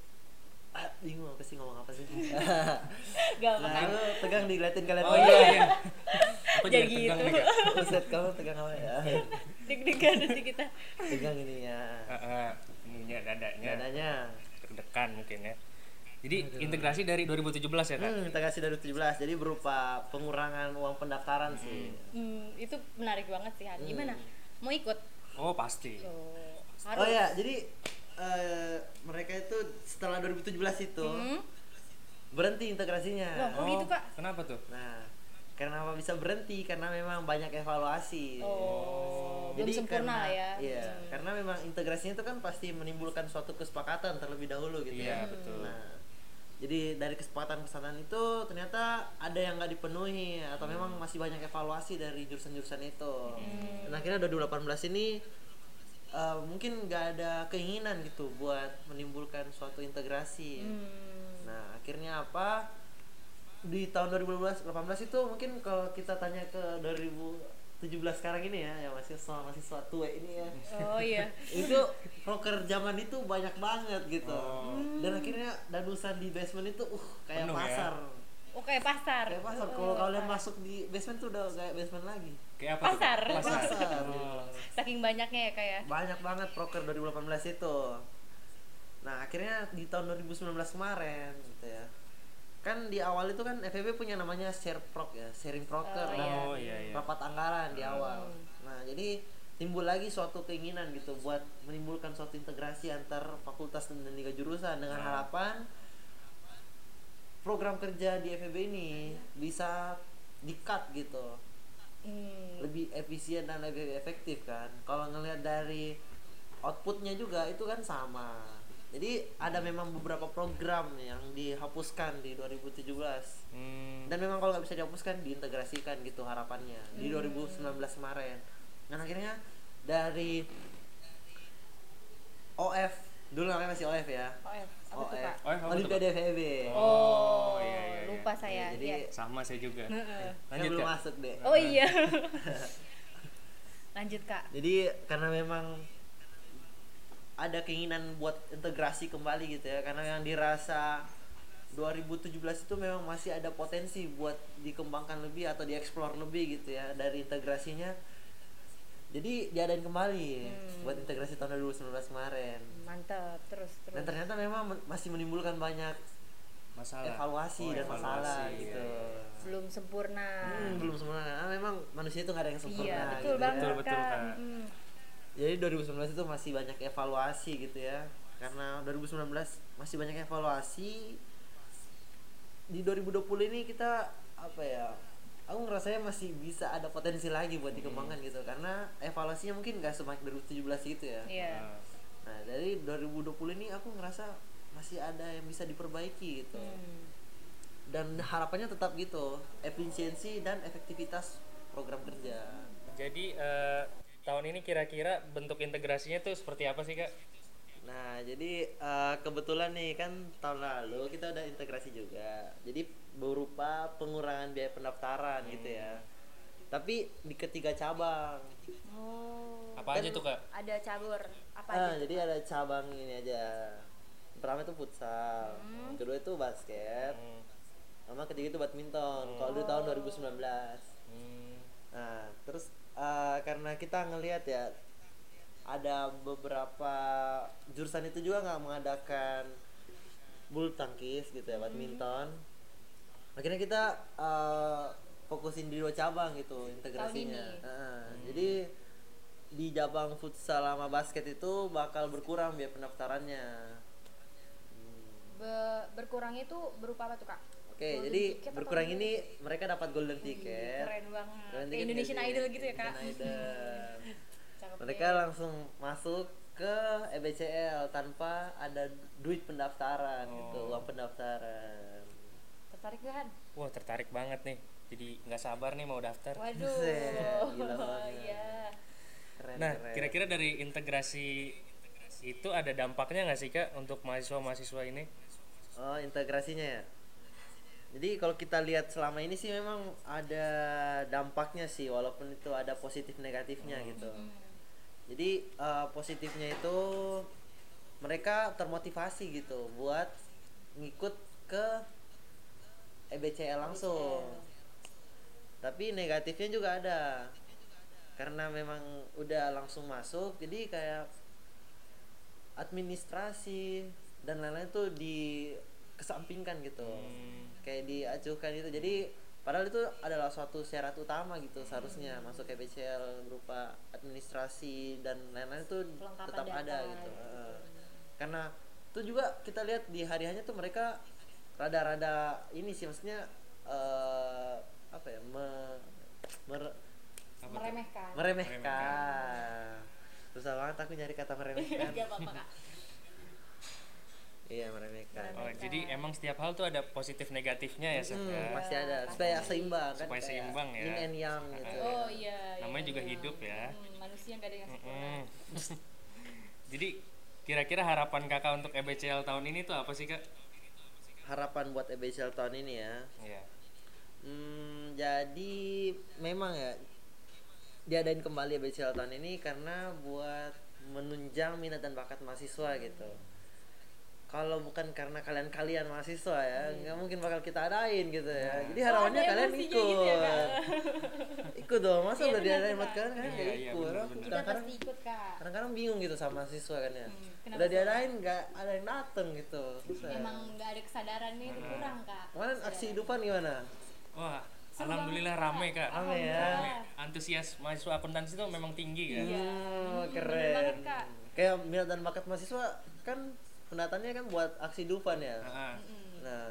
Speaker 5: ah, bingung apa sih ngomong apa sih
Speaker 4: Gak apa-apa.
Speaker 5: nah lu tegang diliatin kalian
Speaker 3: Oh iya, iya. Aku jadi
Speaker 4: Ya
Speaker 3: tegang
Speaker 4: gitu.
Speaker 3: nih kak.
Speaker 5: Buset, kamu tegang apa ya
Speaker 4: Deg-degan nanti kita.
Speaker 5: tegang ya. ininya
Speaker 3: Ah, ah, ininya dadanya
Speaker 5: dadanya
Speaker 3: deg-degan mungkin ya. Jadi integrasi dari 2017 ya kak.
Speaker 5: hmm, integrasi dari 17 jadi berupa pengurangan uang pendaftaran sih
Speaker 4: Hmm, itu menarik banget sih, Han. Gimana? Mau ikut?
Speaker 3: Oh pasti.
Speaker 4: Tuh.
Speaker 5: Hmm. Oh
Speaker 4: Harus.
Speaker 5: ya, jadi eh, mereka itu setelah 2017 itu
Speaker 4: Hmm?
Speaker 5: berhenti integrasinya.
Speaker 4: Loh, kok gitu, Kak?
Speaker 3: Kenapa tuh?
Speaker 5: Nah, karena apa bisa berhenti? Karena memang banyak evaluasi.
Speaker 3: Oh.
Speaker 4: Oh, belum sempurna lah ya.
Speaker 5: Iya, karena memang integrasinya itu kan pasti menimbulkan suatu kesepakatan terlebih dahulu gitu
Speaker 3: Iya
Speaker 5: ya.
Speaker 3: betul.
Speaker 5: Nah, jadi dari kesepakatan-kesepakatan itu ternyata ada yang nggak dipenuhi atau
Speaker 3: Hmm.
Speaker 5: memang masih banyak evaluasi dari jurusan-jurusan itu.
Speaker 4: Hmm.
Speaker 5: Dan akhirnya 2018 ini eh, mungkin nggak ada keinginan gitu buat menimbulkan suatu
Speaker 4: Hmm.
Speaker 5: integrasi. Nah akhirnya apa? Di tahun 2018 18 itu mungkin kalau kita tanya ke 2017 sekarang ini ya, yang masih mahasiswa mahasiswa tua ini ya
Speaker 4: Oh iya.
Speaker 5: itu rocker zaman itu banyak banget gitu dan akhirnya danusan di basement itu uh kayak
Speaker 3: Oh. Penuh ya?
Speaker 5: pasar
Speaker 4: Oke, Oh, pasar. Oh,
Speaker 5: Kayak pasar,
Speaker 4: ya,
Speaker 5: kalau kalian masuk di basement tuh udah kayak basement lagi.
Speaker 3: Kayak apa? tuh?
Speaker 4: Pasar.
Speaker 3: Pasar. Oh.
Speaker 5: Pasar.
Speaker 4: Saking banyaknya ya kayak.
Speaker 5: Banyak banget proker 2018 itu. Nah, akhirnya di tahun 2019 kemarin gitu ya. Kan di awal itu kan FEB punya namanya share prok ya, sharing
Speaker 4: Oh,
Speaker 5: proker.
Speaker 4: Hmm.
Speaker 5: Nah,
Speaker 3: Oh iya iya.
Speaker 5: rapat anggaran di awal. Nah, jadi timbul lagi suatu keinginan gitu buat menimbulkan suatu integrasi antar fakultas dan dan tiga jurusan dengan
Speaker 3: Nah.
Speaker 5: harapan program kerja di FEB ini bisa di-cut gitu.
Speaker 4: Hmm.
Speaker 5: Lebih efisien dan lebih efektif kan. Kalau ngelihat dari outputnya juga itu kan sama. Jadi ada memang beberapa program yang dihapuskan di 2017
Speaker 3: Hmm.
Speaker 5: dan memang kalau nggak bisa dihapuskan diintegrasikan gitu harapannya di
Speaker 4: Hmm.
Speaker 5: 2019 kemarin dan akhirnya dari OF dulu namanya masih OF ya
Speaker 4: OF, apa
Speaker 3: OF
Speaker 4: tuh, Pak?
Speaker 3: iya, apa tuh,
Speaker 5: Olimpiade E FEB
Speaker 4: Oh,
Speaker 3: iya, iya, iya.
Speaker 4: lupa saya.
Speaker 5: Jadi,
Speaker 4: Iya.
Speaker 3: Sama saya juga.
Speaker 4: Heeh.
Speaker 5: saya
Speaker 3: Lanjut
Speaker 5: belum
Speaker 3: Kak.
Speaker 5: masuk deh
Speaker 4: Oh iya. Lanjut, Kak.
Speaker 5: jadi karena memang ada keinginan buat integrasi kembali gitu ya karena yang dirasa 2017 itu memang masih ada potensi buat dikembangkan lebih atau dieksplor lebih gitu ya dari integrasinya jadi diadain kembali
Speaker 4: Hmm.
Speaker 5: buat integrasi tahun 2019 kemarin
Speaker 4: Mantap. Terus,
Speaker 5: dan
Speaker 4: terus.
Speaker 5: ternyata memang men- masih menimbulkan banyak
Speaker 3: Masalah.
Speaker 5: evaluasi
Speaker 3: Oh,
Speaker 5: dan
Speaker 3: evaluasi,
Speaker 5: masalah
Speaker 3: iya,
Speaker 5: gitu
Speaker 3: iya.
Speaker 4: Belum sempurna.
Speaker 5: Hmm, belum sempurna karena memang manusia itu nggak ada yang sempurna
Speaker 4: Iya, betul
Speaker 5: gitu ya.
Speaker 4: banget,
Speaker 3: Betul, betul,
Speaker 4: Kak.
Speaker 3: Kak.
Speaker 4: Mm.
Speaker 5: Jadi 2019 itu masih banyak evaluasi gitu ya. Karena 2019 masih banyak evaluasi. Di 2020 ini kita apa ya? Aku ngerasanya masih bisa ada potensi lagi buat
Speaker 4: Hmm.
Speaker 5: dikembangkan gitu karena evaluasinya mungkin gak sebanyak 2017 gitu ya.
Speaker 4: Iya.
Speaker 3: Nah,
Speaker 5: Nah, dari 2020 ini aku ngerasa masih ada yang bisa diperbaiki gitu.
Speaker 4: Hmm.
Speaker 5: Dan harapannya tetap gitu, efisiensi dan efektivitas program kerja.
Speaker 3: Jadi eh, tahun ini kira-kira bentuk integrasinya tuh seperti apa sih kak?
Speaker 5: Nah, jadi eh, kebetulan nih kan tahun lalu kita udah integrasi juga. Jadi berupa pengurangan biaya pendaftaran gitu ya.
Speaker 4: Hmm.
Speaker 5: Tapi di ketiga cabang.
Speaker 4: Oh.
Speaker 3: Apa aja
Speaker 5: Kan-
Speaker 3: tuh kak?
Speaker 4: Ada cabur apa
Speaker 5: Ah,
Speaker 4: aja?
Speaker 5: jadi ada cabang ini aja. Pertama itu futsal,
Speaker 4: Hmm.
Speaker 5: kedua itu basket,
Speaker 3: Hmm.
Speaker 5: sama ketiga itu badminton. Kalau dulu
Speaker 4: Oh.
Speaker 5: tahun 2019.
Speaker 3: Hmm.
Speaker 5: Nah, terus eh, karena kita ngelihat ya ada beberapa jurusan itu juga nggak mengadakan bulu tangkis gitu ya, badminton.
Speaker 4: Hmm.
Speaker 5: Akhirnya kita eh, fokusin di dua cabang gitu integrasinya.
Speaker 4: ini. Hmm.
Speaker 5: Heeh, Jadi di cabang futsal sama basket itu bakal berkurang biaya pendaftarannya.
Speaker 4: Be- berkurang itu berupa apa tuh, Kak?
Speaker 5: Oke,
Speaker 4: Golden
Speaker 5: jadi
Speaker 4: ticket apa
Speaker 5: berkurang
Speaker 4: golden
Speaker 5: ini mereka dapat golden ticket.
Speaker 4: Keren banget.
Speaker 5: Golden
Speaker 4: Kayak
Speaker 5: ticket
Speaker 4: Indonesian
Speaker 5: jadi
Speaker 4: Idol gitu ya, Kak?
Speaker 5: Indonesian Idol.
Speaker 4: Cakep
Speaker 5: mereka
Speaker 4: ya.
Speaker 5: langsung masuk ke E EBCL tanpa ada duit pendaftaran gitu
Speaker 3: Oh.
Speaker 5: uang pendaftaran
Speaker 4: tertarik kan? gak, Han?
Speaker 3: Wah tertarik banget nih. Jadi nggak sabar nih mau daftar.
Speaker 4: Waduh.
Speaker 5: Buset, gila banget.
Speaker 4: Iya.
Speaker 5: keren
Speaker 3: Nah,
Speaker 5: keren.
Speaker 3: kira-kira dari integrasi itu ada dampaknya nggak sih kak untuk mahasiswa-mahasiswa ini?
Speaker 5: oh integrasinya ya jadi kalau kita lihat selama ini sih memang ada dampaknya sih walaupun itu ada positif negatifnya gitu jadi eh, positifnya itu mereka termotivasi gitu buat ngikut ke E EBCL langsung tapi negatifnya juga ada karena memang udah langsung masuk jadi kayak administrasi dan lain-lain tuh dikesampingkan gitu kayak diacuhkan itu jadi padahal itu adalah suatu syarat utama gitu seharusnya masuk ke PCL berupa administrasi dan lain-lain itu
Speaker 4: Kelengkapan
Speaker 5: tetap
Speaker 4: data
Speaker 5: ada gitu Eh, karena itu juga kita lihat di hari harinya tuh mereka rada-rada ini sih maksudnya eh, apa ya me- mer-
Speaker 4: Meremehkan.
Speaker 5: meremehkan susah banget aku nyari kata meremehkan
Speaker 4: Gak apa-apa, Kak.
Speaker 5: iya meremehkan
Speaker 3: Oh, jadi emang setiap hal tuh ada positif negatifnya ya, Seth,
Speaker 5: Hmm,
Speaker 3: ya?
Speaker 5: pasti ada supaya seimbang kan
Speaker 3: Supaya
Speaker 5: kayak
Speaker 3: seimbang ya.
Speaker 5: yin and yang gitu
Speaker 4: Oh iya. iya,
Speaker 3: Namanya juga
Speaker 4: iya.
Speaker 3: hidup ya.
Speaker 4: Hmm, manusia gak ada yang sempurna.
Speaker 3: Hmm. jadi kira-kira harapan kakak untuk E EBCL tahun ini tuh apa sih kak?
Speaker 5: harapan buat EBCL tahun ini ya
Speaker 3: Iya.
Speaker 5: Hmm, jadi memang ya diadain kembali BCL tahun ini karena buat menunjang minat dan bakat mahasiswa gitu. kalau bukan karena kalian-kalian mahasiswa ya
Speaker 3: Iya.
Speaker 5: nggak mungkin bakal kita adain gitu ya jadi harapannya
Speaker 4: ada
Speaker 5: kalian
Speaker 4: emosinya
Speaker 5: ikut
Speaker 4: gitu ya, Kak?
Speaker 5: ikut dong masa
Speaker 4: Iya,
Speaker 5: udah
Speaker 4: benar,
Speaker 5: diadain buat
Speaker 4: Kak.
Speaker 5: kalian kalian
Speaker 3: Iya,
Speaker 5: nggak
Speaker 3: iya,
Speaker 5: ikut
Speaker 3: benar,
Speaker 5: Orang
Speaker 3: benar.
Speaker 6: kita
Speaker 5: kadang-kadang
Speaker 6: pasti ikut kak
Speaker 5: kadang-kadang bingung gitu sama siswa kan ya
Speaker 4: Hmm, kenapa
Speaker 5: udah
Speaker 4: sih?
Speaker 5: diadain nggak ada yang dateng gitu Susah.
Speaker 6: emang nggak ada kesadaran nih itu kurang kak
Speaker 5: kemarin aksi
Speaker 4: Iya.
Speaker 5: hidupan gimana
Speaker 3: Wah, alhamdulillah rame kak.
Speaker 5: Rame ya.
Speaker 3: Rame. Antusias mahasiswa akuntansi itu memang tinggi kan.
Speaker 5: Hmm,
Speaker 4: Iya. banget,
Speaker 5: keren
Speaker 4: Kak.
Speaker 5: kayak minat dan bakat mahasiswa kan pendatannya kan buat aksi hidupan ya
Speaker 3: Ah,
Speaker 4: Iya.
Speaker 3: ah.
Speaker 5: nah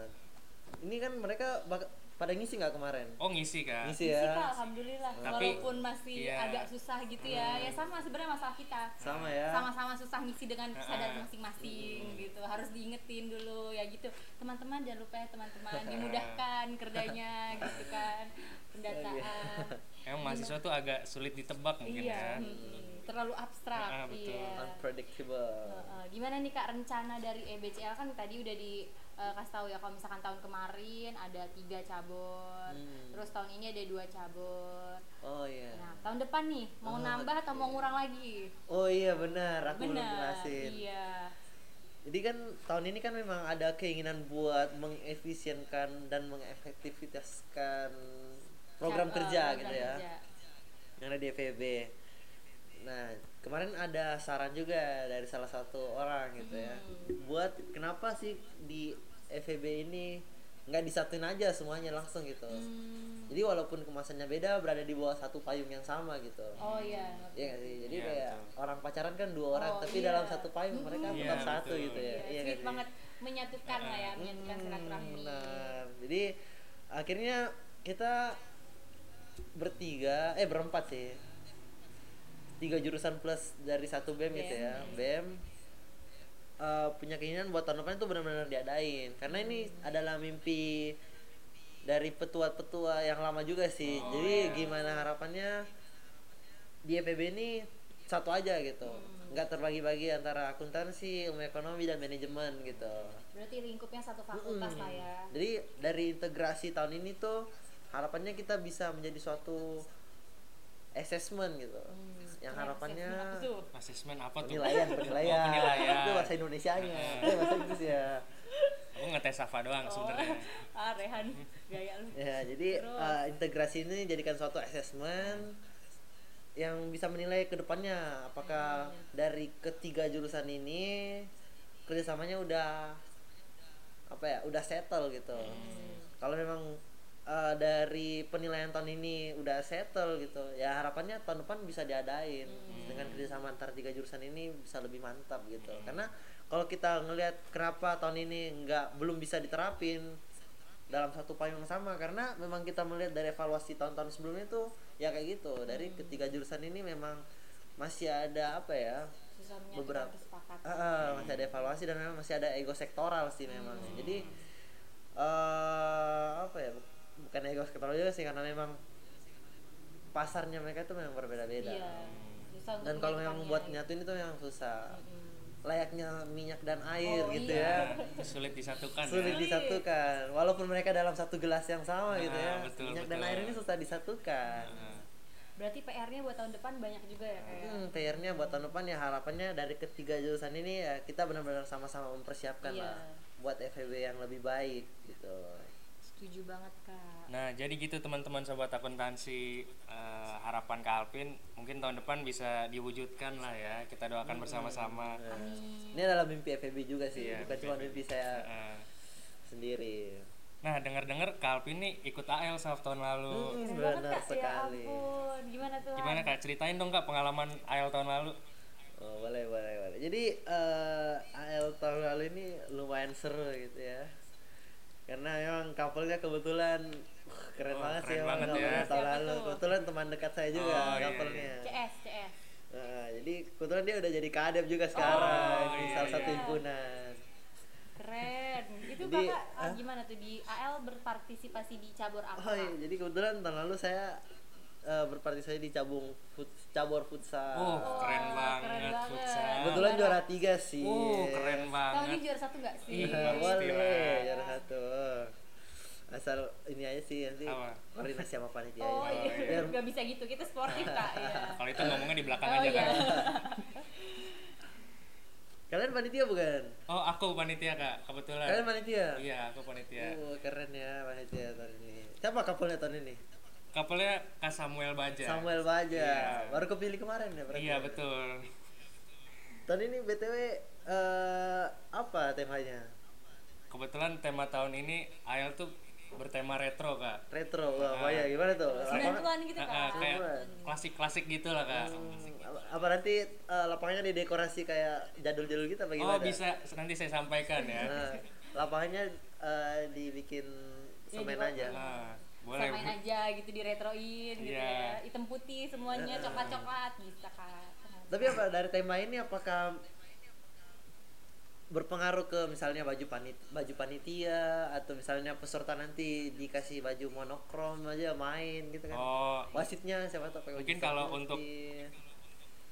Speaker 5: ini kan mereka bak- pada ngisi nggak kemarin
Speaker 3: Oh ngisi kak.
Speaker 4: Sih,
Speaker 5: ngisi
Speaker 4: Kak,
Speaker 5: ya
Speaker 4: alhamdulillah
Speaker 3: Tapi-
Speaker 4: walaupun masih
Speaker 3: iya.
Speaker 4: agak susah gitu ya ya sama sebenarnya masalah kita
Speaker 5: sama ya Hmm.
Speaker 4: sama-sama susah ngisi dengan kesadaran
Speaker 3: Ah.
Speaker 4: masing-masing gitu harus diingetin dulu ya gitu teman-teman jangan lupa ya teman-teman dimudahkan kerjanya gitu kan
Speaker 5: Iya.
Speaker 4: pendataan
Speaker 3: Emang mahasiswa tuh agak sulit ditebak mungkin ya.
Speaker 4: iya mm, terlalu abstrak
Speaker 3: Ah, betul.
Speaker 4: iya
Speaker 5: unpredictable
Speaker 4: Heeh, gimana nih kak rencana dari EBCL kan tadi udah dikasih tahu ya kalau misalkan tahun kemarin ada tiga cabur
Speaker 5: Hmm.
Speaker 4: terus tahun ini ada dua cabur
Speaker 5: oh iya
Speaker 4: nah tahun depan nih mau
Speaker 5: Oh,
Speaker 4: nambah atau mau ngurang lagi
Speaker 5: oh iya benar aku belum
Speaker 4: benar
Speaker 5: jelasin
Speaker 4: iya
Speaker 5: jadi kan tahun ini kan memang ada keinginan buat mengefisienkan dan mengefektivitaskan program
Speaker 4: Cab- eh,
Speaker 5: kerja
Speaker 4: program
Speaker 5: gitu ya
Speaker 4: kerja.
Speaker 5: yang ada di FEB. Nah, kemarin ada saran juga dari salah satu orang gitu ya.
Speaker 4: Hmm.
Speaker 5: Buat kenapa sih di FEB ini nggak disatuin aja semuanya langsung gitu.
Speaker 4: Hmm.
Speaker 5: Jadi walaupun kemasannya beda berada di bawah satu payung yang sama gitu.
Speaker 4: oh iya
Speaker 5: Iya nggak sih? Jadi
Speaker 3: Iya,
Speaker 5: kayak orang pacaran kan dua orang tapi
Speaker 4: iya.
Speaker 5: dalam satu payung mereka
Speaker 3: Iya,
Speaker 5: tetap satu
Speaker 3: betul.
Speaker 5: gitu ya.
Speaker 4: Iya,
Speaker 5: Iya nggak
Speaker 4: sweet
Speaker 5: sih?
Speaker 4: banget menyatukan lah ya menyatukan
Speaker 5: Hmm,
Speaker 4: silaturahmi
Speaker 5: benar. Jadi akhirnya kita bertiga eh berempat sih. Tiga jurusan plus dari satu BEM gitu ya. BEM eh, punya keinginan buat tahun depan itu benar-benar diadain karena ini adalah mimpi dari petua-petua yang lama juga sih. Jadi gimana harapannya di EPB ini satu aja gitu. nggak terbagi-bagi antara akuntansi, ilmu ekonomi dan manajemen gitu.
Speaker 4: berarti lingkupnya satu fakultas lah ya
Speaker 5: Jadi dari integrasi tahun ini tuh harapannya kita bisa menjadi suatu assessment gitu. yang harapannya
Speaker 4: Hmm, Apa tuh
Speaker 3: Asesmen apa tuh?
Speaker 5: penilaian, penilaian.
Speaker 3: Oh, penilaian.
Speaker 5: Itu bahasa Indonesianya. Itu bahasa Inggris ya.
Speaker 3: Aku ngetes Safa doang
Speaker 5: Oh.
Speaker 3: sebenarnya.
Speaker 4: ah Rehan gaya lu
Speaker 5: Ya, jadi eh, integrasi ini jadikan suatu assessment yang bisa menilai ke depannya apakah dari ketiga jurusan ini kerjasamanya udah apa ya udah settle gitu kalau memang uh, dari penilaian tahun ini udah settle gitu ya harapannya tahun depan bisa diadain dengan kerjasama antar tiga jurusan ini bisa lebih mantap gitu karena kalau kita ngelihat kenapa tahun ini nggak belum bisa diterapin dalam satu payung yang sama karena memang kita melihat dari evaluasi tahun-tahun sebelumnya tuh ya kayak gitu dari ketiga jurusan ini memang masih ada apa ya
Speaker 4: susah menyatukan
Speaker 5: Beberapa.
Speaker 4: kesepakatan
Speaker 5: Ah, ah, masih ada evaluasi dan memang masih ada ego sektoral sih memang
Speaker 4: Hmm.
Speaker 5: jadi eh apa ya bu- bukan ego sektoral juga sih karena memang pasarnya mereka itu memang berbeda-beda
Speaker 4: iya susah untuk ya.
Speaker 5: dan kalau memang
Speaker 4: menyatukannya.
Speaker 5: buat nyatuin itu memang susah layaknya minyak dan air
Speaker 4: Hmm. Oh,
Speaker 5: gitu
Speaker 3: Nah,
Speaker 5: ya
Speaker 3: itu sulit disatukan
Speaker 5: sulit
Speaker 3: ya.
Speaker 5: disatukan walaupun mereka dalam satu gelas yang sama gitu
Speaker 3: Ah,
Speaker 5: ya
Speaker 3: betul,
Speaker 5: minyak dan
Speaker 3: betul.
Speaker 5: air ini susah disatukan
Speaker 3: Nah,
Speaker 4: berarti PR-nya buat tahun depan banyak juga ya kayak
Speaker 5: Hmm, PR-nya buat tahun depan ya harapannya dari ketiga jurusan ini ya kita benar-benar sama-sama mempersiapkan
Speaker 4: Iya.
Speaker 5: lah buat FEB yang lebih baik gitu.
Speaker 3: Eh.
Speaker 4: setuju banget kak
Speaker 3: Nah, jadi gitu teman-teman sobat akuntansi eh, harapan Kak Alvin mungkin tahun depan bisa diwujudkan lah ya. Kita doakan
Speaker 5: Hmm.
Speaker 3: bersama-sama.
Speaker 5: Ini adalah mimpi FEB juga sih,
Speaker 3: Iya,
Speaker 5: bukan cuma mimpi saya
Speaker 3: Eh,
Speaker 5: sendiri.
Speaker 3: Nah, dengar-dengar Kak Alvin nih ikut AL saat tahun lalu.
Speaker 4: Banget,
Speaker 5: Hmm, benar
Speaker 4: Iya, Kak.
Speaker 5: sekali.
Speaker 4: ya ampun gimana tuh
Speaker 3: Gimana Kak ceritain dong Kak pengalaman AL tahun lalu?
Speaker 5: Oh, boleh, boleh, boleh. Jadi eh AL tahun lalu ini lumayan seru gitu ya. Karena memang couple-nya kebetulan uh, keren
Speaker 3: Oh,
Speaker 5: banget sih
Speaker 3: keren
Speaker 5: emang
Speaker 3: banget
Speaker 5: couple-nya
Speaker 3: ya.
Speaker 5: tahun
Speaker 4: Siapa
Speaker 5: lalu.
Speaker 4: tuh?
Speaker 5: Kebetulan teman dekat saya juga
Speaker 3: Oh, iya,
Speaker 5: couple-nya.
Speaker 4: CS CS
Speaker 5: Nah, jadi kebetulan dia udah jadi kadep juga sekarang di
Speaker 3: iya,
Speaker 5: salah
Speaker 3: iya.
Speaker 5: satu himpunan.
Speaker 4: keren itu
Speaker 5: Jadi,
Speaker 4: kakak ah,
Speaker 5: ah?
Speaker 4: gimana tuh di AL berpartisipasi di cabur apa
Speaker 5: Oh iya, jadi kebetulan tahun lalu saya eh, berpartisipasi di cabung fut, cabur futsal.
Speaker 3: Oh, keren
Speaker 4: keren
Speaker 3: banget
Speaker 4: banget.
Speaker 3: futsal.
Speaker 5: kebetulan juara tiga sih.
Speaker 3: Uh, keren
Speaker 4: tahun ini
Speaker 3: banget.
Speaker 4: juara satu nggak sih
Speaker 3: Iya.
Speaker 5: Nah,
Speaker 3: Pasti lah.
Speaker 5: boleh juara satu. Asal ini aja sih nanti
Speaker 3: Apa?
Speaker 5: koordinasi sama panitia.
Speaker 4: oh iya
Speaker 5: aja. Biar
Speaker 4: nggak bisa gitu kita
Speaker 5: Iya.
Speaker 4: sportif kak iya. ya
Speaker 5: Oh,
Speaker 3: Kalau itu ngomongnya di belakang
Speaker 4: oh
Speaker 3: aja
Speaker 4: iya
Speaker 3: Kak.
Speaker 5: Kalian panitia bukan?
Speaker 3: Oh, aku panitia, Kak. Kebetulan.
Speaker 5: Kalian panitia?
Speaker 3: Iya, aku panitia.
Speaker 5: Oh, keren ya panitia tahun ini. Siapa kapolnya tahun ini?
Speaker 3: Kapolnya Kak Samuel Baja.
Speaker 5: Samuel Baja.
Speaker 3: Iya.
Speaker 5: Baru kepilih kemarin ya berarti?
Speaker 3: Iya, betul.
Speaker 5: Tahun ini BTW eh apa temanya?
Speaker 3: Kebetulan tema tahun ini AL tuh bertema retro, Kak.
Speaker 5: Retro. Wah, Baja gimana tuh?
Speaker 7: 90-an
Speaker 5: Lapangan-
Speaker 7: gitu Oh.
Speaker 3: Ah, ah,
Speaker 7: kan.
Speaker 3: kayak
Speaker 5: Samuel.
Speaker 3: klasik-klasik gitu lah, Kak.
Speaker 5: Apa- Hmm, apa nanti eh, lapangannya didekorasi kayak jadul-jadul gitu apa
Speaker 3: Oh,
Speaker 5: gimana?
Speaker 3: bisa nanti saya sampaikan ya.
Speaker 5: Nah, lapangannya eh, dibikin semen aja.
Speaker 3: Nah, boleh.
Speaker 7: Samain aja gitu diretroin gitu
Speaker 3: Iya.
Speaker 7: ya. Hitam putih semuanya coklat-coklat bisa kan.
Speaker 5: Tapi apa dari tema ini apakah berpengaruh ke misalnya baju panit baju panitia atau misalnya peserta nanti dikasih baju monokrom aja main gitu kan.
Speaker 3: Oh,
Speaker 5: Wasitnya siapa tahu pakai baju
Speaker 3: Mungkin kalau
Speaker 5: hitam
Speaker 3: untuk-
Speaker 5: putih.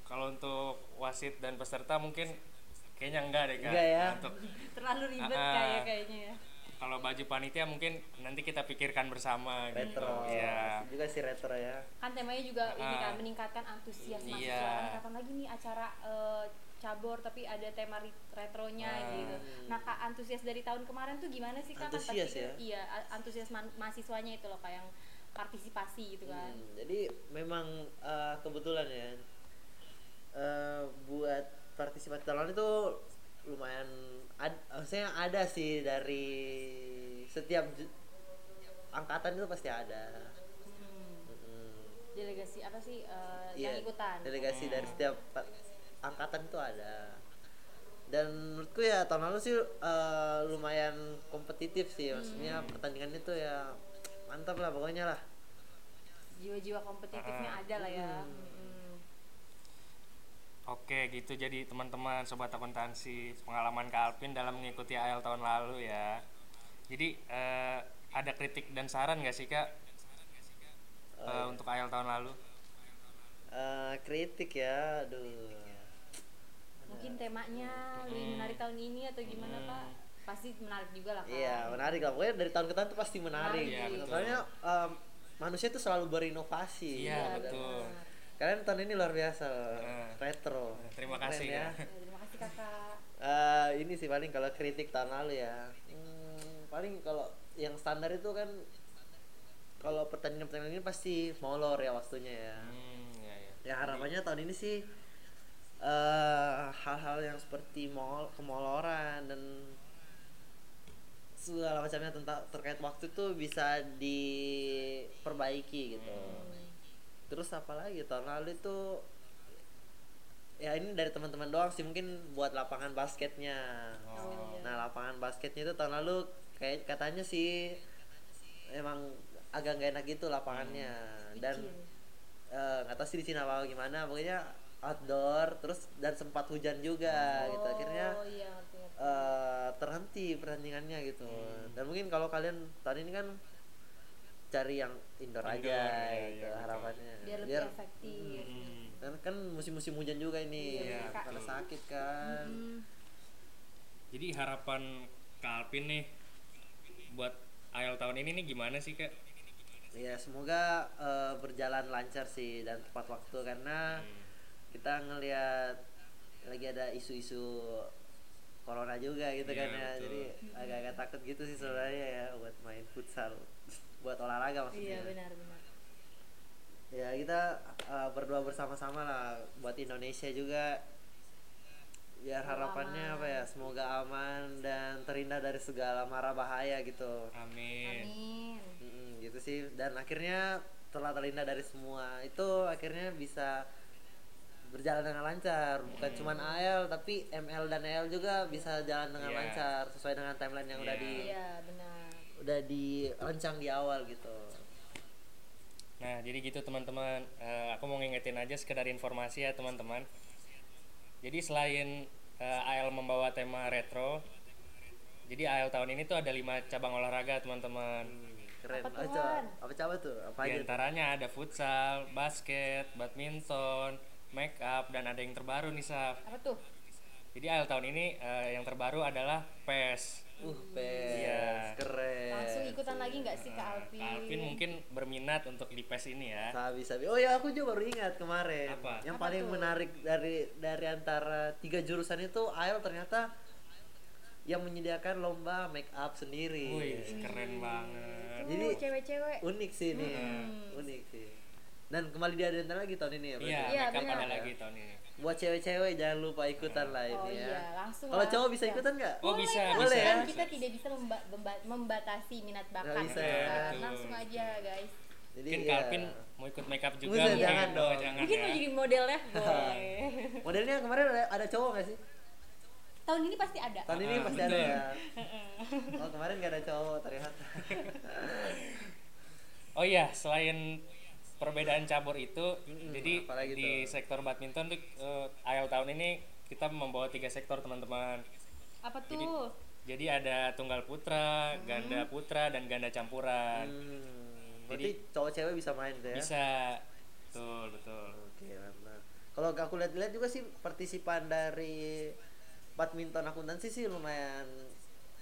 Speaker 3: kalau untuk wasit dan peserta mungkin kayaknya enggak deh, Kak.
Speaker 5: Enggak ya.
Speaker 3: Untuk
Speaker 7: Terlalu ribet
Speaker 3: Ah, ah.
Speaker 7: kayak kayaknya ya.
Speaker 3: kalau baju panitia mungkin nanti kita pikirkan bersama gitu.
Speaker 5: retro.
Speaker 3: Iya.
Speaker 5: Juga sih retro ya.
Speaker 7: Kan temanya juga ini kan
Speaker 3: Ah.
Speaker 7: meningkatkan antusias
Speaker 3: Iya.
Speaker 7: mahasiswa. Kapan lagi nih acara eh, cabur tapi ada tema ri- retronya
Speaker 3: Ah.
Speaker 7: gitu. Nah, Kak, antusias dari tahun kemarin tuh gimana sih Kak? Kan pasti
Speaker 5: Antusias
Speaker 7: kan-
Speaker 5: ya?
Speaker 7: Iya, a- antusias ma- mahasiswanya itu loh Kak yang partisipasi gitu kan.
Speaker 5: Hmm, jadi memang eh, kebetulan ya eh, buat partisipan calon itu lumayan ad, maksudnya ada sih dari setiap ju- angkatan itu pasti ada. Mm-mm.
Speaker 3: Hmm.
Speaker 7: Delegasi apa sih eh,
Speaker 5: Iya,
Speaker 7: yang ikutan?
Speaker 5: Delegasi dari setiap pa- angkatan itu ada. Dan menurutku ya tahun lalu sih eh, lumayan kompetitif sih, maksudnya pertandingannya tuh ya mantap lah pokoknya lah.
Speaker 7: Jiwa-jiwa kompetitifnya
Speaker 3: Ah.
Speaker 7: ada lah ya.
Speaker 3: Hmm.
Speaker 7: Mm-mm.
Speaker 3: Oke, gitu jadi teman-teman sobat akuntansi pengalaman Kak Alvin dalam mengikuti AL tahun lalu ya. Jadi eh, ada kritik dan saran nggak sih Kak Eh, untuk AL tahun lalu?
Speaker 5: Eh, kritik ya, aduh.
Speaker 7: mungkin temanya lebih
Speaker 3: Hmm.
Speaker 7: menarik tahun ini atau gimana pak pasti menarik juga lah kak
Speaker 5: Iya menarik lah, pokoknya dari tahun ke tahun tuh pasti menarik.
Speaker 3: Iya, betul.
Speaker 5: Soalnya em, manusia tuh selalu berinovasi.
Speaker 3: Iya
Speaker 5: Gitu.
Speaker 3: betul.
Speaker 5: Kalian tahun ini luar biasa, loh.
Speaker 3: Eh.
Speaker 5: retro.
Speaker 3: Terima
Speaker 5: Keren
Speaker 3: kasih,
Speaker 5: ya.
Speaker 3: Kak.
Speaker 7: Ya, terima kasih kakak
Speaker 5: Eh, ini sih paling kalau kritik tahun lalu ya. Hmm, paling kalau yang standar itu kan kalau pertandingan-pertandingan ini pasti molor ya waktunya ya.
Speaker 3: Hmm, ya, ya.
Speaker 5: Ya harapannya tahun ini sih eh hal-hal yang seperti mol kemoloran dan segala macamnya tentang terkait waktu tuh bisa diperbaiki gitu. Terus apa lagi tahun lalu itu ya ini dari teman-teman doang sih mungkin buat lapangan basketnya. Nah lapangan basketnya itu tahun lalu kayak katanya sih emang agak nggak enak gitu lapangannya
Speaker 4: Hmm.
Speaker 5: dan eh, nggak tahu sih di Cina apa gimana pokoknya outdoor terus dan sempat hujan juga gitu akhirnya
Speaker 7: oh iya ngerti ngerti
Speaker 5: eh, terhenti pertandingannya gitu
Speaker 3: Hmm.
Speaker 5: dan mungkin kalau kalian tadi ini kan cari yang indoor,
Speaker 3: Indoor,
Speaker 5: aja
Speaker 3: iya,
Speaker 5: gitu
Speaker 3: iya, betul.
Speaker 5: harapannya
Speaker 7: biar lebih efektif
Speaker 3: Hmm.
Speaker 5: dan kan musim-musim hujan juga ini
Speaker 3: Iya,
Speaker 5: pada
Speaker 3: betul.
Speaker 5: sakit kan
Speaker 3: Jadi harapan Kak Alvin nih buat AL tahun ini nih gimana sih Kak?
Speaker 5: Ya semoga eh, berjalan lancar sih dan tepat waktu karena
Speaker 3: Hmm.
Speaker 5: kita ngelihat lagi ada isu-isu corona juga gitu
Speaker 3: Iya,
Speaker 5: kan ya.
Speaker 3: betul.
Speaker 5: Jadi agak-agak takut gitu sih sebenarnya ya buat main futsal, buat olahraga
Speaker 7: iya
Speaker 5: maksudnya.
Speaker 7: benar benar
Speaker 5: ya kita eh, berdoa bersama-sama lah buat Indonesia juga. Ya harapannya apa ya semoga aman dan terhindar dari segala mara bahaya gitu.
Speaker 3: Amin.
Speaker 7: amin
Speaker 5: Mm, gitu sih dan akhirnya telah terhindar dari semua itu akhirnya bisa berjalan dengan lancar bukan cuman AL tapi ML dan EL juga bisa jalan dengan
Speaker 3: Iya.
Speaker 5: lancar sesuai dengan timeline yang udah
Speaker 3: Iya.
Speaker 5: di
Speaker 7: iya benar
Speaker 5: udah dirancang di awal gitu
Speaker 3: Nah, jadi gitu teman-teman. Eh, aku mau ngingetin aja sekedar informasi ya teman-teman. Jadi selain eh, AL membawa tema retro, jadi AL tahun ini tuh ada lima cabang olahraga teman-teman.
Speaker 5: keren
Speaker 7: Apa tuh,
Speaker 5: Oh, coba.
Speaker 7: Han?
Speaker 5: apa coba tuh apa
Speaker 3: Di
Speaker 5: aja tuh?
Speaker 3: antaranya ada futsal, basket, badminton, make up, dan ada yang terbaru nih Saf.
Speaker 7: apa tuh
Speaker 3: Jadi AL tahun ini eh, yang terbaru adalah PES.
Speaker 5: Uh, pes.
Speaker 3: Iya.
Speaker 5: Keren.
Speaker 4: langsung ikutan lagi nggak sih ke
Speaker 3: Eh,
Speaker 4: Alvin?
Speaker 3: Kak Alvin mungkin berminat untuk di PES ini ya.
Speaker 5: Sabi sabi. Oh ya aku juga baru ingat kemarin.
Speaker 3: Apa?
Speaker 5: Yang
Speaker 4: Apa
Speaker 5: paling
Speaker 4: tuh?
Speaker 5: menarik dari dari antara tiga jurusan itu AL ternyata yang menyediakan lomba make up sendiri.
Speaker 3: Wih, keren banget.
Speaker 7: Hmm,
Speaker 5: Jadi
Speaker 4: Tuh, cewek-cewek
Speaker 5: unik sih ini.
Speaker 3: Hmm.
Speaker 5: Unik sih. Dan kembali diadakan lagi tahun ini ya. berarti?
Speaker 3: Iya,
Speaker 4: Iya,
Speaker 3: mereka
Speaker 4: benar.
Speaker 3: pada lagi tahun ini.
Speaker 5: Buat cewek-cewek jangan lupa ikutan lah ini
Speaker 4: Oh
Speaker 5: ya.
Speaker 4: iya, langsung
Speaker 5: Kalau
Speaker 4: lah.
Speaker 5: cowok bisa
Speaker 4: Ya.
Speaker 5: ikutan nggak?
Speaker 3: Oh, bisa,
Speaker 4: Boleh,
Speaker 5: bisa.
Speaker 4: kan
Speaker 5: Boleh ya?
Speaker 4: kita tidak bisa memba- memba- membatasi minat bakat
Speaker 5: Nggak bisa.
Speaker 4: gitu kan.
Speaker 3: Iya, Betul.
Speaker 4: langsung aja guys
Speaker 5: Jadi
Speaker 3: Mungkin
Speaker 5: ya.
Speaker 3: Kak Alvin mau ikut makeup juga
Speaker 5: Buset,
Speaker 3: mungkin.
Speaker 5: jangan dong.
Speaker 3: Oh, jangan
Speaker 7: mungkin
Speaker 3: ya.
Speaker 7: mau jadi modelnya boleh
Speaker 5: Modelnya kemarin ada, ada cowok nggak sih?
Speaker 4: tahun ini pasti ada
Speaker 5: Tahun ini
Speaker 3: Ah,
Speaker 5: pasti ada ya. Oh kemarin nggak ada cowok ternyata.
Speaker 3: Kan. Oh iya, selain perbedaan cabur itu, jadi
Speaker 5: apalagi
Speaker 3: di
Speaker 5: tuh?
Speaker 3: sektor badminton tuh eh, AL tahun ini kita membawa tiga sektor teman-teman.
Speaker 7: apa tuh
Speaker 3: Jadi, jadi ada tunggal putra, ganda
Speaker 7: Mm-hmm.
Speaker 3: putra, dan ganda campuran.
Speaker 5: Hmm, berarti cowok cewek bisa main tuh ya?
Speaker 3: Bisa, betul betul.
Speaker 5: Oke mantap. Kalau aku lihat-lihat juga sih partisipan dari badminton akuntansi sih lumayan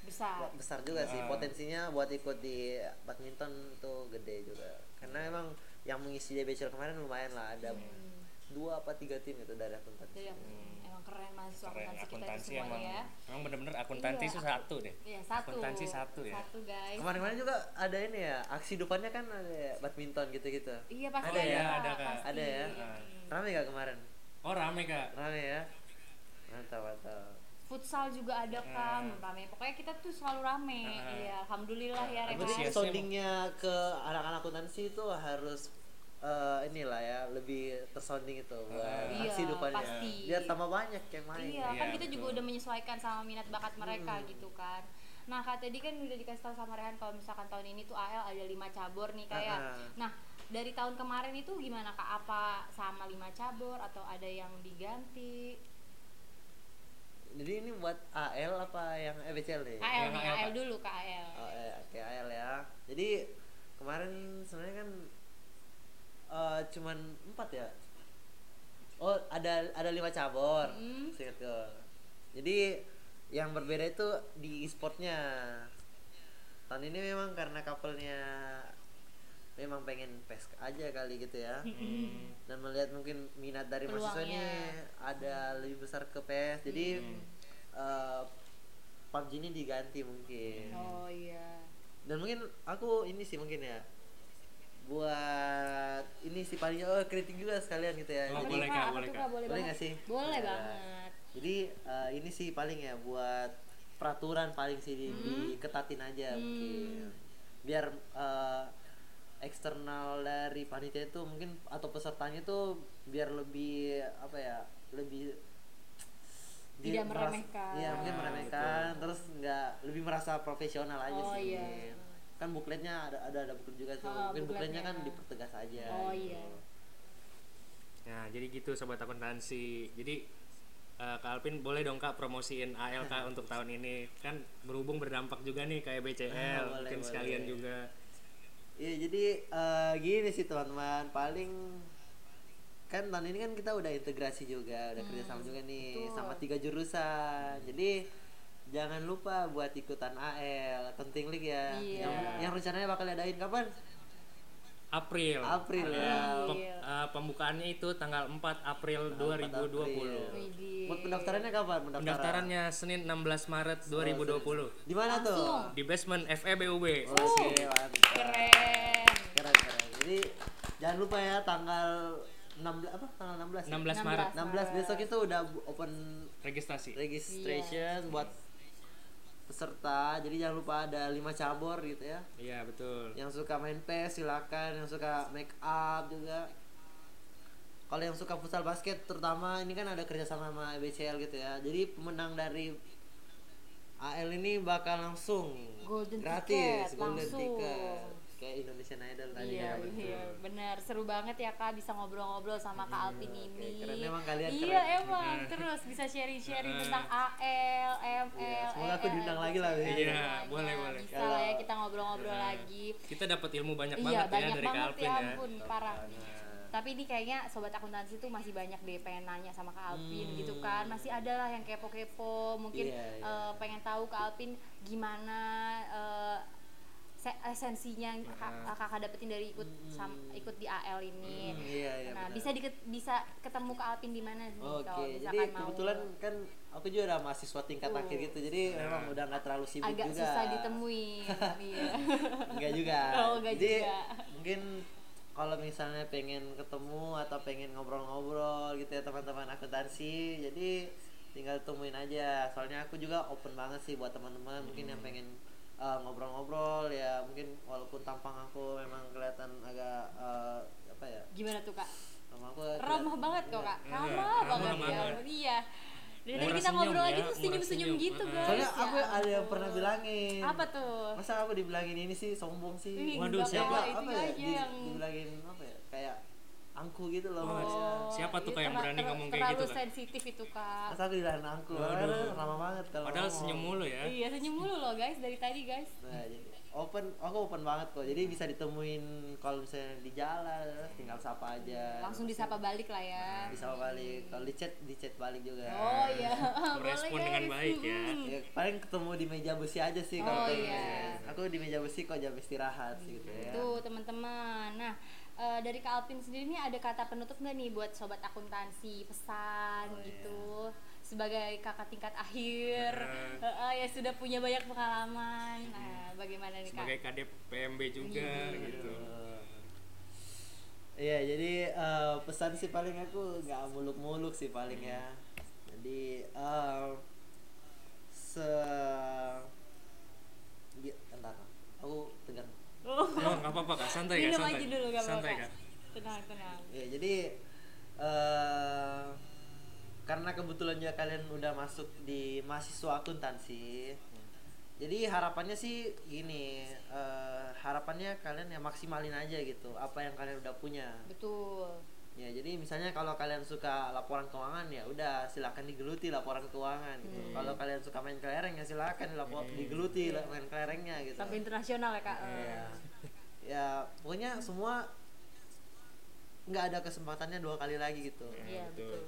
Speaker 7: besar
Speaker 5: besar juga sih potensinya buat ikut di badminton tuh gede juga karena emang yang mengisi DBCL kemarin lumayan lah ada dua apa tiga tim itu dari akuntansi
Speaker 4: Iya.
Speaker 7: jadi emang keren mahasiswa
Speaker 3: Keren
Speaker 7: akuntansi kita itu
Speaker 3: akuntansi
Speaker 7: semuanya
Speaker 3: emang,
Speaker 7: ya
Speaker 3: emang bener-bener akuntansi
Speaker 7: Iya,
Speaker 3: itu satu deh.
Speaker 7: Iya satu
Speaker 3: Akuntansi satu ya.
Speaker 7: satu guys
Speaker 5: kemarin-kemarin juga ada ini ya aksi depannya kan ada ya, badminton gitu-gitu
Speaker 7: iya pasti
Speaker 3: Ada ya, ada, Kak. Ah.
Speaker 7: pasti.
Speaker 5: ada ya rame gak kemarin
Speaker 3: Oh rame kak.
Speaker 5: rame ya mantap mantap
Speaker 7: futsal juga ada
Speaker 3: Hmm.
Speaker 7: kam rame pokoknya kita tuh selalu rame iya alhamdulillah ya Rehan
Speaker 3: Aku Hmm. sih
Speaker 5: Berarti
Speaker 3: Antusiasnya
Speaker 5: soundingnya ke anak-anak akuntansi itu harus eh, inilah ya lebih tersounding itu buat
Speaker 7: Iya,
Speaker 5: aksi depannya
Speaker 7: pasti.
Speaker 5: biar tambah banyak yang main
Speaker 7: Iya, kan
Speaker 3: Iya,
Speaker 7: kita juga
Speaker 3: betul. Hmm.
Speaker 7: udah menyesuaikan sama minat bakat mereka gitu kan. Nah, Kak tadi kan udah dikasih tahu sama Rehan kalau misalkan tahun ini tuh AL ada lima cabur nih kayak.
Speaker 3: Hmm.
Speaker 5: Ah, ah.
Speaker 7: Nah, dari tahun kemarin itu gimana Kak? Apa sama lima cabur atau ada yang diganti?
Speaker 5: jadi ini buat AL apa yang E EBCL nih
Speaker 7: AL
Speaker 3: Iya. Yang
Speaker 7: nih,
Speaker 3: AL,
Speaker 7: AL
Speaker 3: Kak.
Speaker 7: dulu Kak AL.
Speaker 5: Oh, eh, oke AL ya jadi kemarin sebenarnya kan eh, cuman empat ya oh ada ada lima cabur Seingat gue. jadi yang berbeda itu di e-sportnya tahun ini memang karena couple-nya memang pengen pes aja kali gitu ya dan melihat mungkin minat dari mahasiswa ini ada lebih besar ke pes jadi eh, PUBG ini diganti
Speaker 4: Hmm.
Speaker 5: mungkin
Speaker 7: Oh iya.
Speaker 5: dan mungkin aku ini sih mungkin ya buat ini sih paling oh kritik juga sekalian gitu ya
Speaker 3: Oh,
Speaker 5: jadi
Speaker 3: boleh kak, boleh kak.
Speaker 5: boleh, nggak sih
Speaker 7: Boleh
Speaker 5: Ya.
Speaker 7: banget.
Speaker 5: jadi eh, ini sih paling ya buat peraturan paling sih di-
Speaker 7: Hmm.
Speaker 5: diketatin aja mungkin biar eh, eksternal dari panitia itu mungkin atau pesertanya itu biar lebih apa ya lebih
Speaker 7: Tidak
Speaker 5: dia meras-
Speaker 7: meremehkan.
Speaker 5: iya mungkin meremehkan terus nggak lebih merasa profesional aja
Speaker 7: Oh,
Speaker 5: sih
Speaker 7: iya.
Speaker 5: kan bukletnya ada ada ada buklet juga tuh
Speaker 7: Oh,
Speaker 5: mungkin bukletnya kan
Speaker 7: bukletnya.
Speaker 5: dipertegas aja
Speaker 7: Oh
Speaker 5: gitu.
Speaker 7: iya.
Speaker 3: Nah jadi gitu sobat akuntansi. Jadi eh, Kak Alvin boleh dong kak promosiin AL kak untuk tahun ini kan berhubung berdampak juga nih kayak BCL
Speaker 5: Ah, boleh,
Speaker 3: mungkin
Speaker 5: boleh.
Speaker 3: sekalian juga.
Speaker 5: Iya jadi eh, gini sih teman-teman paling kan tahun ini kan kita udah integrasi juga udah kerjasama juga nih sama tiga jurusan jadi jangan lupa buat ikutan AL penting league ya yang, yang rencananya bakal diadain kapan
Speaker 3: April.
Speaker 5: April,
Speaker 3: Ya,
Speaker 5: ya.
Speaker 3: pem- eh, pembukaannya itu tanggal 4 April 2020.
Speaker 5: buat pendaftarannya kapan pendaftaran Oh,
Speaker 3: Pendaftarannya Senin 16 Maret 2020
Speaker 5: di mana tuh
Speaker 3: di basement E FEBUB.
Speaker 5: oke mantap
Speaker 7: Keren.
Speaker 5: keren keren jadi jangan lupa ya tanggal 16 apa tanggal 16 ya?
Speaker 3: 16 Maret
Speaker 5: 16 besok itu udah bu- open
Speaker 3: registrasi.
Speaker 7: Iya.
Speaker 5: registration buat peserta jadi jangan lupa ada lima cabur gitu ya
Speaker 3: Iya betul.
Speaker 5: yang suka main PES silakan yang suka make up juga kalau yang suka futsal basket terutama ini kan ada kerjasama sama BCL gitu ya jadi pemenang dari AL ini bakal langsung
Speaker 7: Golden
Speaker 5: gratis
Speaker 7: ticket,
Speaker 5: golden
Speaker 7: langsung.
Speaker 5: ticket kayak Indonesian Idol tadi
Speaker 7: Iya,
Speaker 5: ya
Speaker 7: iya, benar. Seru banget ya Kak bisa ngobrol-ngobrol sama Kak Alpin ini.
Speaker 5: keren. Emang kalian
Speaker 7: Iya, emang. Terus bisa sharing-sharing tentang AL, ML.
Speaker 5: semoga aku
Speaker 7: EL,
Speaker 5: diundang lagi lah Bi.
Speaker 3: Iya
Speaker 7: semuanya.
Speaker 3: boleh boleh.
Speaker 7: Bisa lah ya kita ngobrol-ngobrol lagi.
Speaker 3: Kita dapat ilmu banyak
Speaker 7: iya,
Speaker 3: banget ya
Speaker 7: banyak
Speaker 3: dari Kak
Speaker 7: banget
Speaker 3: Alvin
Speaker 7: ya
Speaker 3: ya.
Speaker 7: ampun, parah.
Speaker 5: Nah,
Speaker 4: Tapi ini kayaknya sobat akuntansi tuh masih banyak deh pengen nanya sama Kak Alvin gitu kan. Masih ada lah yang kepo-kepo, mungkin
Speaker 5: Hmm. Iya, iya.
Speaker 4: eh, pengen tahu Kak Alvin gimana eh, se- esensinya yang Kak- Kakak dapetin dari ikut sam- ikut di AL ini.
Speaker 5: Ah. Hmm, iya, iya,
Speaker 4: nah,
Speaker 5: benar.
Speaker 4: bisa dike- bisa ketemu Kak Alvin di mana nih
Speaker 5: Oke,
Speaker 4: kalau
Speaker 5: jadi
Speaker 4: misalkan mau?
Speaker 5: kebetulan kan aku juga ada mahasiswa tingkat
Speaker 4: Tuh.
Speaker 5: akhir gitu, jadi memang udah nggak terlalu sibuk
Speaker 4: agak
Speaker 5: juga.
Speaker 4: susah ditemuin. iya.
Speaker 5: Enggak juga.
Speaker 4: Oh, nggak
Speaker 5: jadi
Speaker 4: juga.
Speaker 5: mungkin kalau misalnya pengen ketemu atau pengen ngobrol-ngobrol gitu ya teman-teman akuntansi, jadi tinggal temuin aja. Soalnya aku juga open banget sih buat teman-teman mungkin
Speaker 4: Hmm.
Speaker 5: yang pengen eh, ngobrol-ngobrol ya mungkin walaupun tampang aku memang kelihatan agak eh, apa ya
Speaker 4: Gimana tuh Kak?
Speaker 5: sama aku ya,
Speaker 4: ramah
Speaker 5: kelihatan-
Speaker 4: banget kok kak ramah
Speaker 3: Iya, ramah
Speaker 4: banget ya
Speaker 3: banget.
Speaker 4: iya dari tadi
Speaker 3: Murah
Speaker 4: kita
Speaker 3: senyum
Speaker 4: ngobrol
Speaker 3: ya,
Speaker 4: lagi tuh
Speaker 3: murah
Speaker 4: senyum senyum
Speaker 3: senyum.
Speaker 4: gitu
Speaker 3: Ah.
Speaker 4: guys
Speaker 5: Soalnya
Speaker 4: ya
Speaker 5: aku ada yang
Speaker 4: ampun.
Speaker 5: pernah bilangin.
Speaker 4: apa tuh
Speaker 5: Masa aku dibilangin ini sih sombong sih?
Speaker 4: Ih,
Speaker 3: Waduh,
Speaker 4: nggak
Speaker 3: siapa?
Speaker 4: apa-apa,
Speaker 5: Apa,
Speaker 4: itu
Speaker 5: ya?
Speaker 4: aja
Speaker 5: Di-
Speaker 4: yang
Speaker 5: Dibilangin apa ya? Kayak angku gitu loh.
Speaker 4: Oh,
Speaker 3: Siapa tuh,
Speaker 4: iya,
Speaker 3: Kak, yang
Speaker 4: terla-
Speaker 3: berani
Speaker 4: terla-
Speaker 3: ngomong kayak
Speaker 4: terlalu
Speaker 3: gitu, Kak?
Speaker 4: sensitif itu kak
Speaker 5: Masa aku dibilangin angku?
Speaker 3: Waduh.
Speaker 5: Aduh, lama banget kalau
Speaker 3: Padahal
Speaker 5: ngomong.
Speaker 3: senyum mulu ya.
Speaker 4: iya senyum mulu loh guys dari tadi guys
Speaker 5: Nah, jadi open, aku open banget kok. Jadi bisa ditemuin kalau misalnya di jalan, tinggal sapa aja.
Speaker 4: langsung disapa balik lah ya
Speaker 5: Disapa balik. Kalau di chat, di chat balik juga.
Speaker 4: oh iya boleh
Speaker 3: Merespon dengan
Speaker 4: guys
Speaker 3: baik ya.
Speaker 5: Ya, paling ketemu di meja besi aja sih
Speaker 4: Oh,
Speaker 5: kalau pengen.
Speaker 4: iya.
Speaker 5: Aku di meja besi kok jam istirahat sih gitu ya.
Speaker 3: Iya.
Speaker 4: tuh teman-teman nah eh, dari Kak Alvin sendiri nih ada kata penutup nggak nih buat sobat akuntansi pesan
Speaker 5: Oh,
Speaker 4: gitu
Speaker 3: iya.
Speaker 4: sebagai kakak tingkat akhir
Speaker 3: Nah.
Speaker 4: eh, eh, ya sudah punya banyak pengalaman nah bagaimana
Speaker 3: Iya.
Speaker 4: nih
Speaker 3: Sebagai
Speaker 4: kak iya,
Speaker 3: KDP PMB juga gitu.
Speaker 5: Iya, jadi eh, pesan sih paling aku nggak muluk-muluk sih paling ya. Jadi eh, se Gi- entar aku tegang.
Speaker 3: Oh, nggak apa-apa kak, santai kak,
Speaker 4: minum
Speaker 3: santai.
Speaker 4: aja dulu nggak apa-apa
Speaker 3: santai
Speaker 4: Kak.
Speaker 3: kak.
Speaker 4: tenang tenang
Speaker 5: Ya, jadi eh karena kebetulan juga kalian udah masuk di mahasiswa akuntansi. Jadi harapannya sih gini, eh, harapannya kalian ya maksimalin aja gitu apa yang kalian udah punya.
Speaker 4: betul
Speaker 5: Ya, jadi misalnya kalau kalian suka laporan keuangan ya udah silakan digeluti laporan keuangan gitu. Kalau kalian suka main kelereng ya silakan dilapor digeluti la- main kelerengnya gitu.
Speaker 4: sampai internasional ya kak
Speaker 3: Iya,
Speaker 5: Ya. ya, pokoknya semua nggak ada kesempatannya dua kali lagi gitu.
Speaker 4: iya betul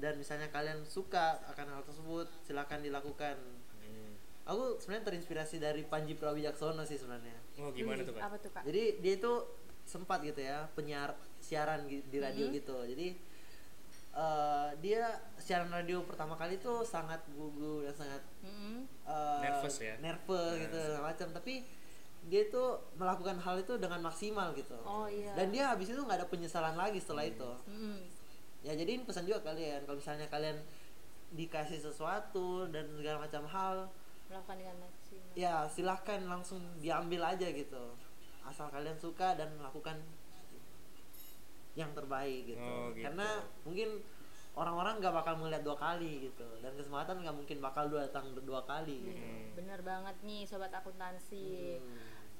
Speaker 5: Dan misalnya kalian suka akan hal tersebut, silakan dilakukan. Aku sebenarnya terinspirasi dari Panji Prawijaksono sih sebenarnya.
Speaker 3: Oh gimana tuh kak?
Speaker 4: apa tuh kak
Speaker 5: Jadi dia itu sempat gitu ya penyiar siaran gi- di radio
Speaker 4: Mm-hmm.
Speaker 5: gitu. Jadi eh, dia siaran radio pertama kali itu sangat gugup dan sangat
Speaker 4: Mm-mm.
Speaker 5: eh,
Speaker 3: Nervous ya?
Speaker 5: nervous gitu segala macam. Tapi dia itu melakukan hal itu dengan maksimal gitu.
Speaker 4: oh iya Hmm.
Speaker 5: Dan dia habis itu nggak ada penyesalan lagi setelah itu.
Speaker 4: Mm-mm.
Speaker 5: Ya jadi ini pesan juga kalian kalau misalnya kalian dikasih sesuatu dan segala macam hal
Speaker 4: melakukan dengan maksimal
Speaker 5: ya silahkan langsung diambil aja gitu asal kalian suka dan melakukan yang terbaik gitu,
Speaker 3: Oh, gitu.
Speaker 5: karena mungkin orang-orang nggak bakal melihat dua kali gitu dan kesempatan nggak mungkin bakal dua datang dua kali gitu.
Speaker 3: Hmm. Iya.
Speaker 4: bener banget nih sobat akuntansi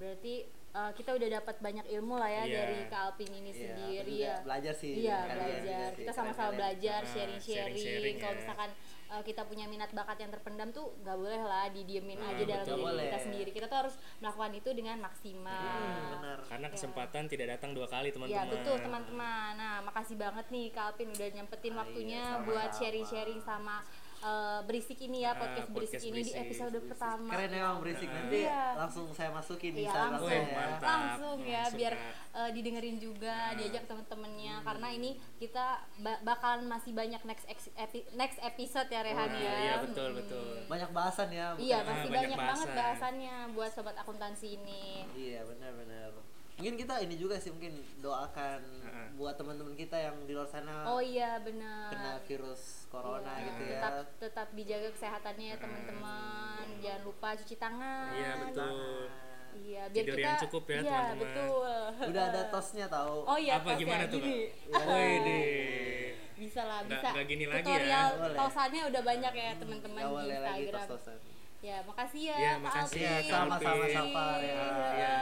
Speaker 4: berarti eh, kita udah dapat banyak ilmu lah ya
Speaker 3: Iya.
Speaker 4: dari Kak Alvin ini
Speaker 5: Iya,
Speaker 4: sendiri
Speaker 5: aku juga
Speaker 4: ya
Speaker 5: belajar sih
Speaker 4: iya
Speaker 5: dari kalian
Speaker 4: belajar
Speaker 5: juga sih,
Speaker 4: kita sama-sama
Speaker 5: keren-keren.
Speaker 4: belajar
Speaker 3: Ah,
Speaker 4: sharing sharing,
Speaker 3: sharing-sharing
Speaker 4: kalau
Speaker 3: ya.
Speaker 4: misalkan eh, kita punya minat bakat yang terpendam tuh nggak boleh lah didiemin
Speaker 3: Ah,
Speaker 4: aja dalam
Speaker 5: betul.
Speaker 4: diri kita
Speaker 5: Boleh. Hmm,
Speaker 4: sendiri kita tuh harus melakukan itu dengan maksimal
Speaker 5: benar
Speaker 3: Karena kesempatan tidak datang dua kali
Speaker 4: Ya
Speaker 3: teman-teman.
Speaker 4: betul teman-teman. Nah makasih banget nih Kak Alvin udah nyempetin waktunya
Speaker 5: Ah, iya, sama-sama.
Speaker 4: buat sharing-sharing sama eh, berisik ini ya
Speaker 3: Ah,
Speaker 4: podcast, berisik
Speaker 3: podcast
Speaker 4: ini di
Speaker 3: berisik,
Speaker 4: episode pertama.
Speaker 5: keren ya, emang berisik nanti
Speaker 4: Iya.
Speaker 5: langsung saya masukin di
Speaker 4: Iya
Speaker 5: Instagram
Speaker 4: langsung,
Speaker 5: saya
Speaker 3: Wih, mantap.
Speaker 4: langsung ya
Speaker 3: Langsung,
Speaker 4: biar
Speaker 3: Kak.
Speaker 4: eh, didengerin
Speaker 3: Nah.
Speaker 4: juga diajak temen-temennya karena ini kita ba- bakalan masih banyak next ex- epi- next episode ya Rehan
Speaker 3: Nah,
Speaker 4: ya.
Speaker 3: Iya betul
Speaker 4: Hmm.
Speaker 3: betul.
Speaker 5: banyak bahasan ya bukan-
Speaker 4: Iya
Speaker 3: Ah,
Speaker 4: masih
Speaker 3: banyak
Speaker 4: banyak, banget
Speaker 3: bahasan.
Speaker 4: bahasannya buat sobat akuntansi ini.
Speaker 5: Iya benar-benar. Mungkin kita ini juga sih mungkin doakan
Speaker 3: Heeh.
Speaker 5: buat teman-teman kita yang di luar sana
Speaker 4: Oh iya
Speaker 5: kena
Speaker 4: benar.
Speaker 5: virus corona
Speaker 4: Iya,
Speaker 5: gitu ya.
Speaker 4: tetap tetap dijaga kesehatannya ya teman-teman jangan lupa cuci tangan
Speaker 3: Hmm. Iya betul.
Speaker 4: iya biar
Speaker 3: Tidur
Speaker 4: kita
Speaker 3: yang cukup ya,
Speaker 4: iya,
Speaker 3: teman-teman.
Speaker 4: betul
Speaker 5: Udah ada tosnya tahu.
Speaker 4: oh iya
Speaker 3: Apa
Speaker 4: tos ya,
Speaker 3: gimana tuh
Speaker 4: gini.
Speaker 3: kak? Wede.
Speaker 4: bisa lah
Speaker 3: Nggak-
Speaker 4: bisa
Speaker 3: nggak gini lagi ya.
Speaker 4: tutorial
Speaker 5: Boleh.
Speaker 4: tosannya udah banyak ya teman-teman di
Speaker 5: Nggak boleh lagi
Speaker 4: Instagram
Speaker 5: tos-tosan.
Speaker 4: ya makasih ya
Speaker 3: Iya,
Speaker 4: Kak
Speaker 3: makasih ya,
Speaker 4: Alvin.
Speaker 3: Kak
Speaker 5: Sama-sama,
Speaker 3: Alvin.
Speaker 5: Safa, ya.
Speaker 4: Iya.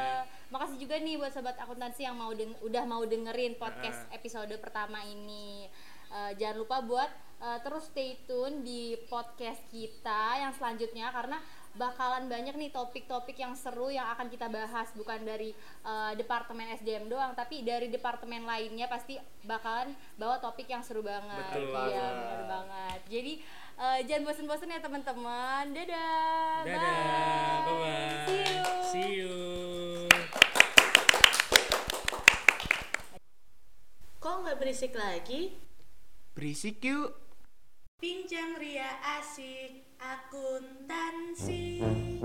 Speaker 4: Makasih juga nih buat sobat akuntansi yang mau deng- udah mau dengerin podcast episode pertama ini. Eh, jangan lupa buat eh, terus stay tune di podcast kita yang selanjutnya karena bakalan banyak nih topik-topik yang seru yang akan kita bahas bukan dari eh, departemen SDM doang tapi dari departemen lainnya pasti bakalan bawa topik yang seru banget.
Speaker 3: Betul
Speaker 4: Iya,
Speaker 3: banget.
Speaker 4: bener banget. Jadi eh, jangan bosen-bosen ya teman-teman. Dadah.
Speaker 3: Dadah,
Speaker 4: Bye.
Speaker 3: bye-bye.
Speaker 4: See you.
Speaker 3: See you.
Speaker 1: Kok nggak berisik lagi?
Speaker 2: Berisik yuk.
Speaker 1: Pinjam Ria asik akuntansi.